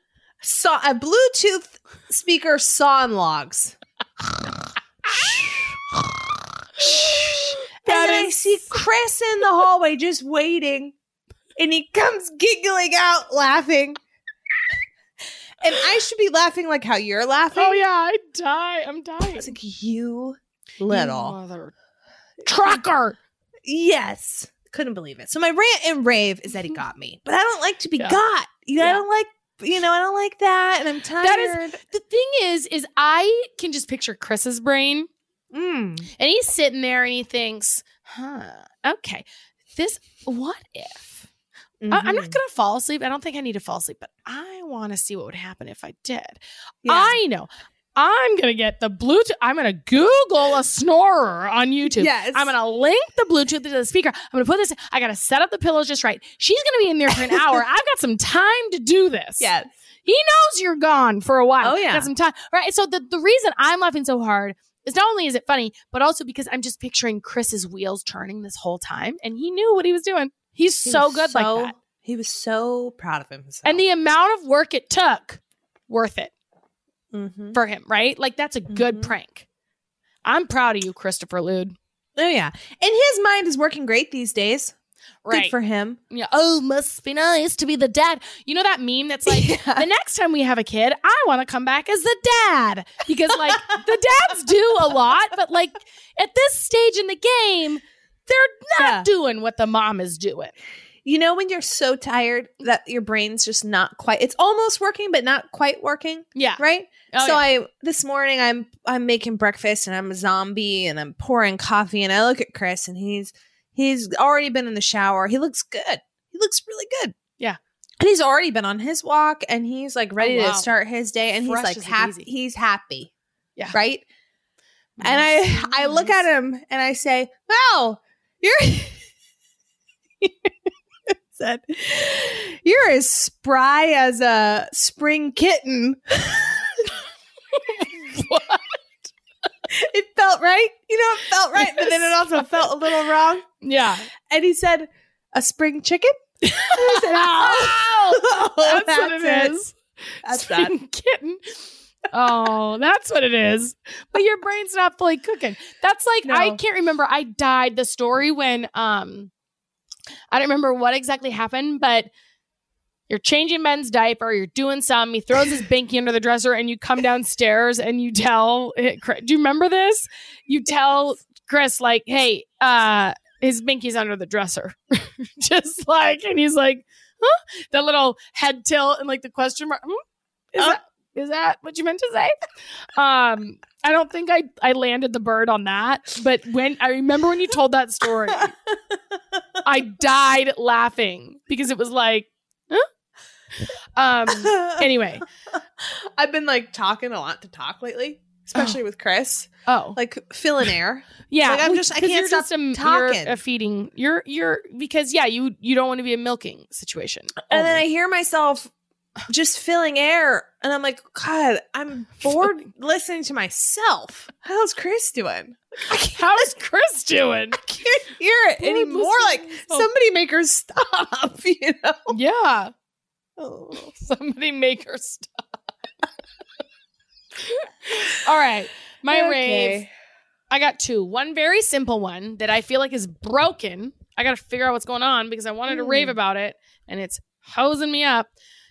Speaker 4: Saw a Bluetooth speaker sawn logs.
Speaker 3: That
Speaker 4: and then I
Speaker 3: is-
Speaker 4: see Chris in the hallway just waiting. And he comes giggling out laughing. and I should be laughing like how you're laughing.
Speaker 3: Oh yeah, I die. I'm dying.
Speaker 4: It's like you little.
Speaker 3: Mother trucker.
Speaker 4: Yes. Couldn't believe it. So my rant and rave is that he got me. But I don't like to be
Speaker 3: Mm-hmm. Yeah.
Speaker 4: got. You know,
Speaker 3: Yeah.
Speaker 4: I don't like you know, I don't like that and I'm tired.
Speaker 3: That is- The thing is, is I can just picture Chris's brain,
Speaker 4: mm.
Speaker 3: and he's sitting there and he thinks, "Huh, okay, this. What if?" I- I'm not
Speaker 4: Mhm.
Speaker 3: gonna fall asleep. I don't think I need to fall asleep, but I want to see what would happen if I did.
Speaker 4: Yeah.
Speaker 3: I know. I'm gonna get the Bluetooth. I'm gonna Google a snorer on YouTube.
Speaker 4: Yes.
Speaker 3: I'm gonna link the Bluetooth to the speaker. I'm gonna put this. In. I gotta set up the pillows just right. She's gonna be in there for an hour. I've got some time to do this.
Speaker 4: Yes.
Speaker 3: He knows you're gone for a while.
Speaker 4: Oh, yeah.
Speaker 3: Got some time. Right. So the, the reason I'm laughing so hard is not only is it funny, but also because I'm just picturing Chris's wheels turning this whole time and he knew what he was doing. He's
Speaker 4: He
Speaker 3: so
Speaker 4: was
Speaker 3: good
Speaker 4: so-
Speaker 3: like that.
Speaker 4: He was so proud of himself.
Speaker 3: And the amount of work it took, worth it
Speaker 4: Mhm.
Speaker 3: for him, right? Like that's a good
Speaker 4: Mhm.
Speaker 3: prank. I'm proud of you, Christopher Lude.
Speaker 4: Oh yeah. And his mind is working great these days.
Speaker 3: Right.
Speaker 4: Good for him.
Speaker 3: yeah. Oh, must be nice to be the dad. You know that meme that's like
Speaker 4: Yeah.
Speaker 3: the next time we have a kid, I want to come back as the dad because like the dads do a lot, but like at this stage in the game, they're not
Speaker 4: Yeah.
Speaker 3: doing what the mom is doing.
Speaker 4: You know when you're so tired that your brain's just not quite it's almost working but not quite working,
Speaker 3: Yeah.
Speaker 4: right?
Speaker 3: Oh,
Speaker 4: so
Speaker 3: yeah.
Speaker 4: I this morning I'm I'm making breakfast and I'm a zombie and I'm pouring coffee and I look at Chris and he's he's already been in the shower. He looks good. He looks really good.
Speaker 3: Yeah. Oh,
Speaker 4: And he's already been on his walk and he's like ready
Speaker 3: wow.
Speaker 4: to start his day and
Speaker 3: Fresh
Speaker 4: he's
Speaker 3: as
Speaker 4: like
Speaker 3: a
Speaker 4: happy.
Speaker 3: daisy.
Speaker 4: He's happy.
Speaker 3: Yeah. Mm-hmm.
Speaker 4: Right? And I I look at him and I say, "Wow, you're." said, "You're as spry as a spring kitten."
Speaker 3: What?
Speaker 4: It felt right, you know. It felt right, but then it also felt a little wrong.
Speaker 3: Yeah.
Speaker 4: And he said, "A spring chicken." And I said,
Speaker 3: Ow!
Speaker 4: "Oh,
Speaker 3: that's, what it is.
Speaker 4: That's that.
Speaker 3: Spring kitten. Oh, that's what it is. But your brain's not fully cooking. That's like I
Speaker 4: No.
Speaker 3: can't remember. I died the story when um I don't remember what exactly happened, but you're changing Ben's diaper, you're doing some, he throws his binky under the dresser, and you come downstairs and you tell Chris, do you remember this? You tell Chris, like, hey, uh, his binky's under the dresser. Just like, and he's like, huh? That little head tilt and like the question mark. Hmm? Is
Speaker 4: Uh.
Speaker 3: that is that what you meant to say? Um, I don't think I I landed the bird on that, but when I remember when you told that story, I died laughing because it was like, huh? Um, anyway,
Speaker 4: I've been like talking a lot to talk lately, especially with Chris,
Speaker 3: oh
Speaker 4: like filling air.
Speaker 3: yeah,
Speaker 4: like, I'm
Speaker 3: well,
Speaker 4: just- I
Speaker 3: 'cause
Speaker 4: can't
Speaker 3: you're
Speaker 4: stop
Speaker 3: just a,
Speaker 4: talking.
Speaker 3: You're a feeding. You're you're because yeah, you you don't want to be a milking situation. Oh
Speaker 4: And then I
Speaker 3: Only.
Speaker 4: hear myself just filling air, and I'm like, God, I'm bored listening to myself. How's Chris doing?
Speaker 3: how is Chris doing?
Speaker 4: I can't hear it
Speaker 3: Bored
Speaker 4: anymore. Like
Speaker 3: listening to myself.
Speaker 4: somebody make her stop, you know.
Speaker 3: yeah,
Speaker 4: Oh.
Speaker 3: somebody make her stop. All right, my rave. I got two. One very simple one that I feel like is broken. I got to figure out what's going on because I wanted to
Speaker 4: Hmm.
Speaker 3: rave about it and it's hosing me up.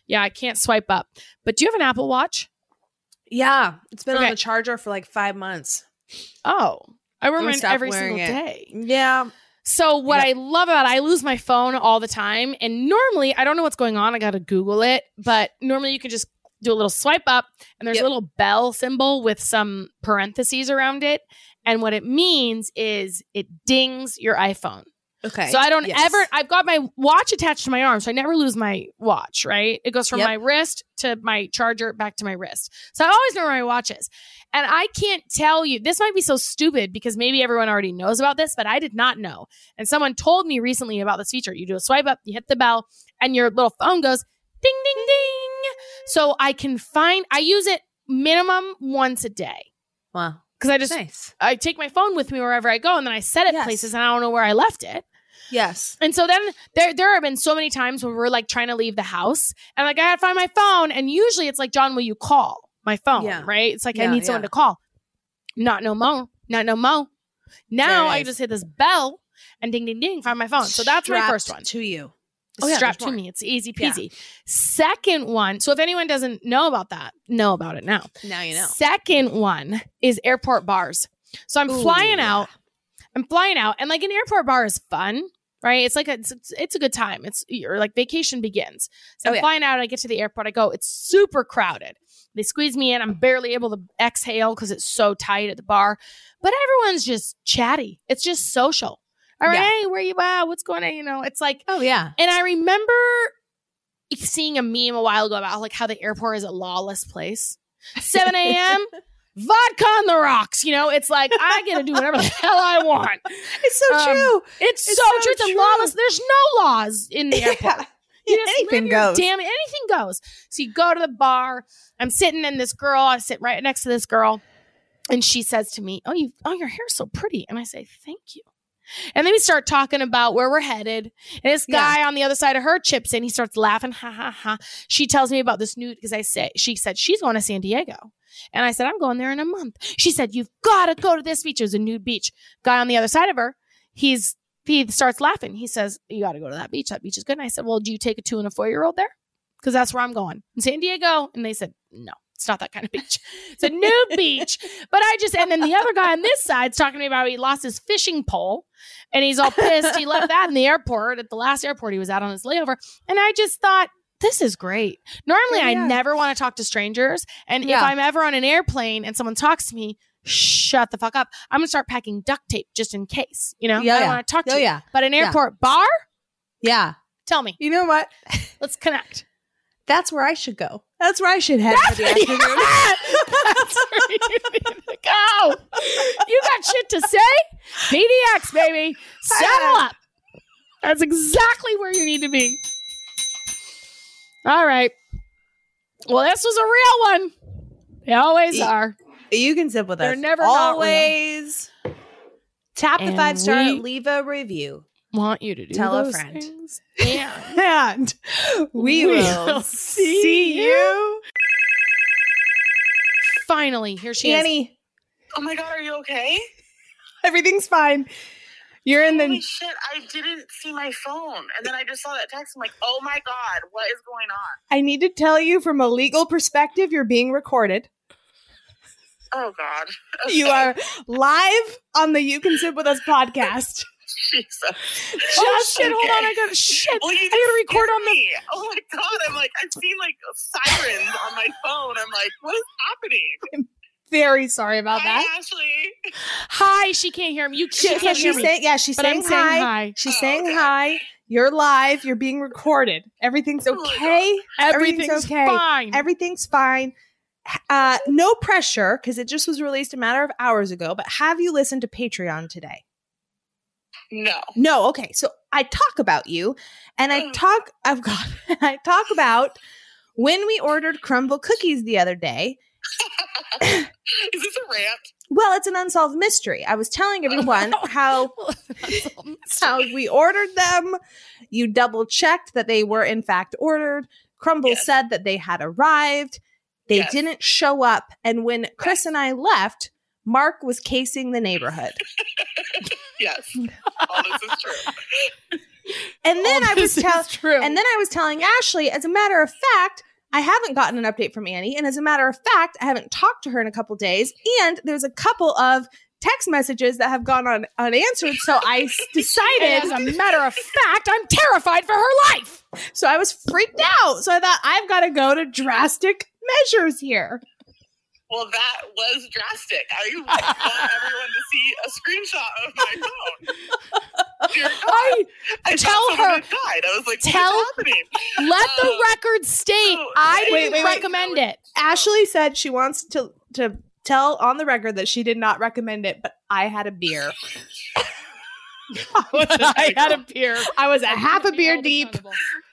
Speaker 3: Yeah, I can't swipe up. But do you have an Apple Watch?
Speaker 4: Yeah, it's been
Speaker 3: Okay.
Speaker 4: on the charger for like five months.
Speaker 3: Oh, I wear
Speaker 4: Let me
Speaker 3: mine
Speaker 4: stop
Speaker 3: every
Speaker 4: wearing
Speaker 3: single
Speaker 4: it.
Speaker 3: day.
Speaker 4: Yeah.
Speaker 3: So what
Speaker 4: Yeah.
Speaker 3: I love about it, I lose my phone all the time, and normally I don't know what's going on. I got to Google it, but normally you can just do a little swipe up, and there's
Speaker 4: Yep.
Speaker 3: a little bell symbol with some parentheses around it, and what it means is it dings your iPhone.
Speaker 4: Okay.
Speaker 3: So I don't
Speaker 4: Yes.
Speaker 3: ever. I've got my watch attached to my arm, so I never lose my watch. Right? It goes from
Speaker 4: Yep.
Speaker 3: my wrist to my charger, back to my wrist. So I always know where my watch is, and I can't tell you. This might be so stupid because maybe everyone already knows about this, but I did not know. And someone told me recently about this feature. You do a swipe up, you hit the bell, and your little phone goes ding, ding, ding. So I can find. I use it minimum once a day
Speaker 4: Wow.
Speaker 3: because I just
Speaker 4: Nice.
Speaker 3: I take my phone with me wherever I go, and then I set it
Speaker 4: Yes.
Speaker 3: places, and I don't know where I left it.
Speaker 4: Yes.
Speaker 3: And so then there there have been so many times where we're like trying to leave the house and like I gotta find my phone. And usually it's like, John, will you call my phone?
Speaker 4: Yeah.
Speaker 3: Right? It's like I
Speaker 4: Yeah,
Speaker 3: need someone
Speaker 4: yeah.
Speaker 3: to call. Not no mo. Not no mo. Now
Speaker 4: There it
Speaker 3: I
Speaker 4: is.
Speaker 3: just hit this bell and ding ding ding, find my phone. Oh, So that's my
Speaker 4: Strapped
Speaker 3: first one.
Speaker 4: to you.
Speaker 3: It's
Speaker 4: Oh, yeah,
Speaker 3: strapped
Speaker 4: there's
Speaker 3: to
Speaker 4: more.
Speaker 3: me. It's easy
Speaker 4: Yeah.
Speaker 3: peasy. Second one. So if anyone doesn't know about that, know about it now.
Speaker 4: Now you know.
Speaker 3: Second one is airport bars. So I'm
Speaker 4: Ooh,
Speaker 3: flying
Speaker 4: yeah.
Speaker 3: out. I'm flying out, and like an airport bar is fun, right? It's like a, it's, it's- it's a good time. It's or like vacation begins.
Speaker 4: Oh,
Speaker 3: So I'm
Speaker 4: yeah.
Speaker 3: flying out. I get to the airport. I go. It's super crowded. They squeeze me in. I'm barely able to exhale because it's so tight at the bar. But everyone's just chatty. It's just social. All right,
Speaker 4: Yeah.
Speaker 3: hey, where you at? What's going on? You know, it's like
Speaker 4: Oh yeah.
Speaker 3: and I remember seeing a meme a while ago about like how the airport is a lawless place. 7 a.m. vodka on the rocks. You know, it's like I get to do whatever the hell I want.
Speaker 4: It's so
Speaker 3: Um,
Speaker 4: true.
Speaker 3: It's,
Speaker 4: It's
Speaker 3: so,
Speaker 4: so
Speaker 3: true. It's a
Speaker 4: true.
Speaker 3: lawless. There's no laws in the airport.
Speaker 4: Yeah.
Speaker 3: You just
Speaker 4: Anything
Speaker 3: live your
Speaker 4: goes.
Speaker 3: Damn, anything goes. So you go to the bar. I'm sitting in this girl. I sit right next to this girl, and she says to me, "Oh, you, oh, your hair's so pretty." And I say, "Thank you." And then we start talking about where we're headed. And this
Speaker 4: Yeah.
Speaker 3: guy on the other side of her chips in. He starts laughing, ha ha ha. She tells me about this new because I say she said she's going to San Diego, and I said I'm going there in a month. She said you've got to go to this beach. It was a nude beach. Guy on the other side of her, he's he starts laughing. He says, You got to go to that beach. That beach is good. And I said, Well, do you take a two and a four year old there? Because that's where I'm going in San Diego. And they said, No, it's not that kind of beach. It's a nude beach. But I just, and then the other guy on this side's talking to me about how he lost his fishing pole and he's all pissed. He left that in the airport at the last airport he was at on his layover. And I just thought, this is great. Normally,
Speaker 4: Yeah, yeah.
Speaker 3: I never want to talk to strangers. And if
Speaker 4: Yeah.
Speaker 3: I'm ever on an airplane and someone talks to me, shut the fuck up. I'm going to start packing duct tape just in case, you know?
Speaker 4: Yeah,
Speaker 3: I don't
Speaker 4: yeah.
Speaker 3: want to talk to
Speaker 4: Oh
Speaker 3: you.
Speaker 4: yeah.
Speaker 3: But an
Speaker 4: Yeah.
Speaker 3: airport bar?
Speaker 4: Yeah.
Speaker 3: Tell me.
Speaker 4: You know what?
Speaker 3: Let's connect.
Speaker 4: That's where I should go. That's where I should head for the
Speaker 3: Yeah.
Speaker 4: afternoon.
Speaker 3: That's where you need to go. You got shit to say? PDX, baby. Saddle up. That's exactly where you need to be. All right. Well, this was a real one. They always
Speaker 4: Yeah.
Speaker 3: are.
Speaker 4: You can zip with
Speaker 3: They're
Speaker 4: us.
Speaker 3: never not real.
Speaker 4: always. Tap the
Speaker 3: And
Speaker 4: five star,
Speaker 3: we-
Speaker 4: leave a review,
Speaker 3: Want you to do
Speaker 4: Tell a
Speaker 3: those
Speaker 4: friend.
Speaker 3: things. Yeah.
Speaker 4: and we,
Speaker 3: We
Speaker 4: will,
Speaker 3: will
Speaker 4: see,
Speaker 3: see
Speaker 4: you,
Speaker 3: Finally, here she is.
Speaker 4: Annie.
Speaker 5: Oh my god, are you okay?
Speaker 4: Everything's fine. You're in
Speaker 5: Holy
Speaker 4: the.
Speaker 5: shit, I didn't see my phone. And then I just saw that text. I'm like, oh my god, what is going on?
Speaker 4: I need to tell you from a legal perspective, you're being recorded.
Speaker 5: Oh god.
Speaker 4: You
Speaker 5: Okay.
Speaker 4: are live on the You Can Sit With Us podcast.
Speaker 5: Jesus.
Speaker 3: Oh, shit. Hold
Speaker 5: Okay.
Speaker 3: on. I got to. Shit.
Speaker 5: Well, you
Speaker 3: I gotta
Speaker 5: just
Speaker 3: record
Speaker 5: scared
Speaker 3: on the-
Speaker 5: me. Oh my god! I'm like I've seen like sirens on my phone. I'm like, what is happening?
Speaker 4: Very sorry about
Speaker 5: Hi,
Speaker 4: that.
Speaker 5: Ashley.
Speaker 3: Hi. She can't hear me. You
Speaker 5: She-
Speaker 3: can't
Speaker 5: so
Speaker 3: hear
Speaker 5: she
Speaker 3: me.
Speaker 4: saying, yeah, she's
Speaker 3: but I'm saying hi.
Speaker 4: She's
Speaker 5: Oh,
Speaker 4: saying
Speaker 5: okay.
Speaker 4: hi. You're live. You're being recorded. Everything's
Speaker 5: Oh my
Speaker 4: okay.
Speaker 3: Everything's,
Speaker 4: Everything's okay.
Speaker 3: fine.
Speaker 4: Everything's fine. Uh, no pressure because it just was released a matter of hours ago. But have you listened to Patreon today?
Speaker 5: No.
Speaker 4: No. Okay. So I talk about you, and I
Speaker 5: Mm.
Speaker 4: talk. I've got. I talk about when we ordered crumble cookies the other day.
Speaker 5: Is this a rant?
Speaker 4: Well, it's an unsolved mystery. I was telling
Speaker 5: Oh,
Speaker 4: everyone how how we ordered them. You double checked that they were in fact ordered. Crumble
Speaker 5: Yes.
Speaker 4: said that they had arrived. They
Speaker 5: Yes.
Speaker 4: didn't show up. And when Chris and I left, Mark was casing the neighborhood.
Speaker 5: Yes. All this is true.
Speaker 4: And then I was telling
Speaker 3: true.
Speaker 4: and then I was telling Ashley, as a matter of fact, I haven't gotten an update from Annie. And as a matter of fact, I haven't talked to her in a couple days. And there's a couple of text messages that have gone on unanswered. So I s- decided
Speaker 3: as a matter of fact, I'm terrified for her life.
Speaker 4: So I was freaked out. So I thought I've got to go to drastic measures here.
Speaker 5: Well, that was drastic. I would want everyone to see a screenshot of my phone.
Speaker 4: Oh.
Speaker 5: Dear God.
Speaker 3: I
Speaker 5: I
Speaker 3: Tell
Speaker 5: thought someone
Speaker 3: her-
Speaker 5: had died. I was like, what is
Speaker 3: Tell-
Speaker 5: happening?
Speaker 3: let the
Speaker 5: Oh.
Speaker 3: record state
Speaker 5: Oh,
Speaker 3: I
Speaker 4: wait,
Speaker 3: didn't
Speaker 4: wait, wait.
Speaker 3: recommend it.
Speaker 4: Ashley said she wants to to tell on the record that she did not recommend it, but I had a beer.
Speaker 3: I had a beer.
Speaker 4: I was a half a beer deep.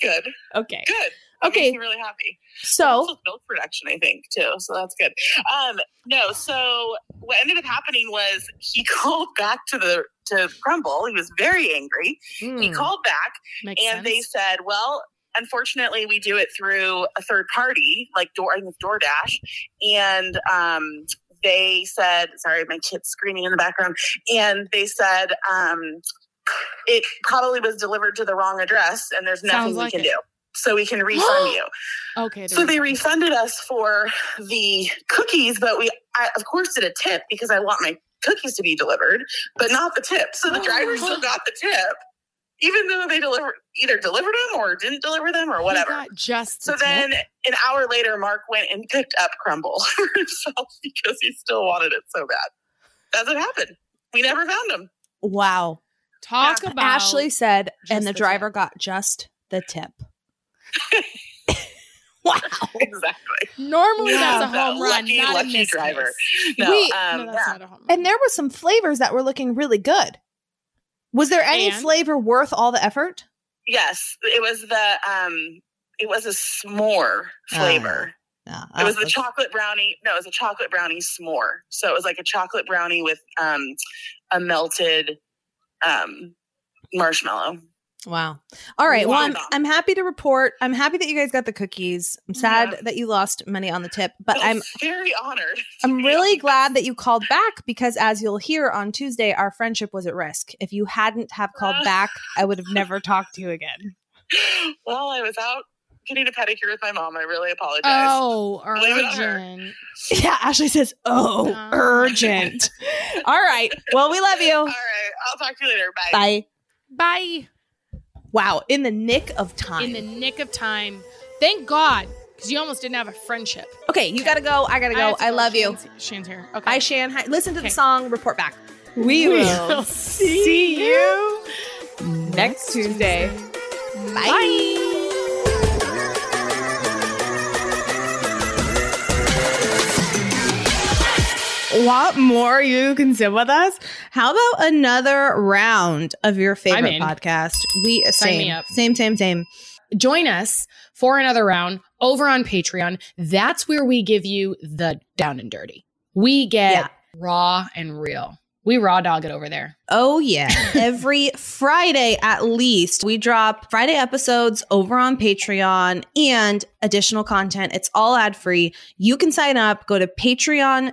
Speaker 5: Good,
Speaker 4: Okay.
Speaker 5: good. That
Speaker 4: Okay.
Speaker 5: makes me really happy.
Speaker 4: So
Speaker 5: Also milk production, I think, too. So that's good. Um, no, so what ended up happening was he called back to the to Crumble. He was very angry. He called back
Speaker 3: Hmm. Makes
Speaker 5: and they said, well. Unfortunately, we do it through a third party, like Door, I think it's DoorDash, and um, they said, "Sorry, my kid's screaming in the background." And they said, um, it probably was delivered to the wrong address and there's nothing
Speaker 3: Sounds like
Speaker 5: we can
Speaker 3: it.
Speaker 5: do. So we can refund you.
Speaker 3: Okay.
Speaker 5: So they refunded us for the cookies, but we, I, of course, did a tip because I want my cookies to be delivered, but not the tip. So the driver
Speaker 3: Oh.
Speaker 5: still got the tip, even though they delivered either delivered them or didn't deliver them or
Speaker 3: You
Speaker 5: whatever.
Speaker 3: got just
Speaker 5: So
Speaker 3: the tip?
Speaker 5: then an hour later, Mark went and picked up Crumble for himself because he still wanted it so bad. That's what happened. We never found him.
Speaker 4: Wow.
Speaker 3: talk about
Speaker 4: Ashley said,
Speaker 3: just
Speaker 4: and the,
Speaker 3: the
Speaker 4: driver
Speaker 3: tip.
Speaker 4: got just the tip. wow.
Speaker 5: Exactly.
Speaker 3: Normally
Speaker 5: Yeah.
Speaker 3: that's a home
Speaker 5: The
Speaker 3: run,
Speaker 5: lucky,
Speaker 3: not
Speaker 5: lucky
Speaker 3: in this
Speaker 5: driver.
Speaker 3: case.
Speaker 5: No,
Speaker 4: We-
Speaker 5: um,
Speaker 3: no,
Speaker 5: yeah.
Speaker 3: that's not a home run.
Speaker 4: And there were some flavors that were looking really good. Was there any
Speaker 3: And?
Speaker 4: flavor worth all the effort?
Speaker 5: Yes, it was the um, it was a s'more
Speaker 3: Oh.
Speaker 5: flavor.
Speaker 4: No,
Speaker 5: it was the chocolate brownie. No, it was a chocolate brownie s'more. So it was like a chocolate brownie with um, a melted um, marshmallow.
Speaker 4: Wow. All right. Well, I'm,
Speaker 5: Wow.
Speaker 4: I'm happy to report. I'm happy that you guys got the cookies. I'm sad that you lost money on the tip, but
Speaker 5: I
Speaker 4: I'm
Speaker 5: was very honored.
Speaker 4: I'm really glad that you called back because as you'll hear on Tuesday, our friendship was at risk. If you hadn't have called back, I would have never talked to you again.
Speaker 5: Well, I was out getting a pedicure with my mom. I really apologize.
Speaker 3: Oh,
Speaker 5: Blame it on her.
Speaker 3: urgent.
Speaker 4: Yeah, Ashley says, "Oh,
Speaker 3: Um.
Speaker 4: urgent." All right. Well, we love
Speaker 5: All
Speaker 4: you.
Speaker 5: right, I'll talk to you later. Bye.
Speaker 4: Bye.
Speaker 3: Bye.
Speaker 4: Wow, in the nick of time.
Speaker 3: In the nick of time. Thank God, because you almost didn't have a friendship.
Speaker 4: okay, you gotta go. I gotta go.
Speaker 3: have
Speaker 4: I,
Speaker 3: to go.
Speaker 4: love you.
Speaker 3: Shan's- Shan's here. Okay.
Speaker 4: Bye, Shan. Hi. Listen to
Speaker 3: Okay.
Speaker 4: the song. Report back. We,
Speaker 3: will see
Speaker 4: you next Tuesday. Bye. Want more you can sit with us? How about another round of your favorite
Speaker 3: in.
Speaker 4: podcast? We
Speaker 3: Sign
Speaker 4: same,
Speaker 3: me up.
Speaker 4: same, same, same.
Speaker 3: join us for another round over on Patreon. That's where we give you the down and dirty. We get
Speaker 4: Yeah.
Speaker 3: raw and real. We raw dog it over there.
Speaker 4: Oh, yeah. Every Friday, at least, we drop Friday episodes over on Patreon and additional content. It's all ad free. You can sign up. Go to Patreon,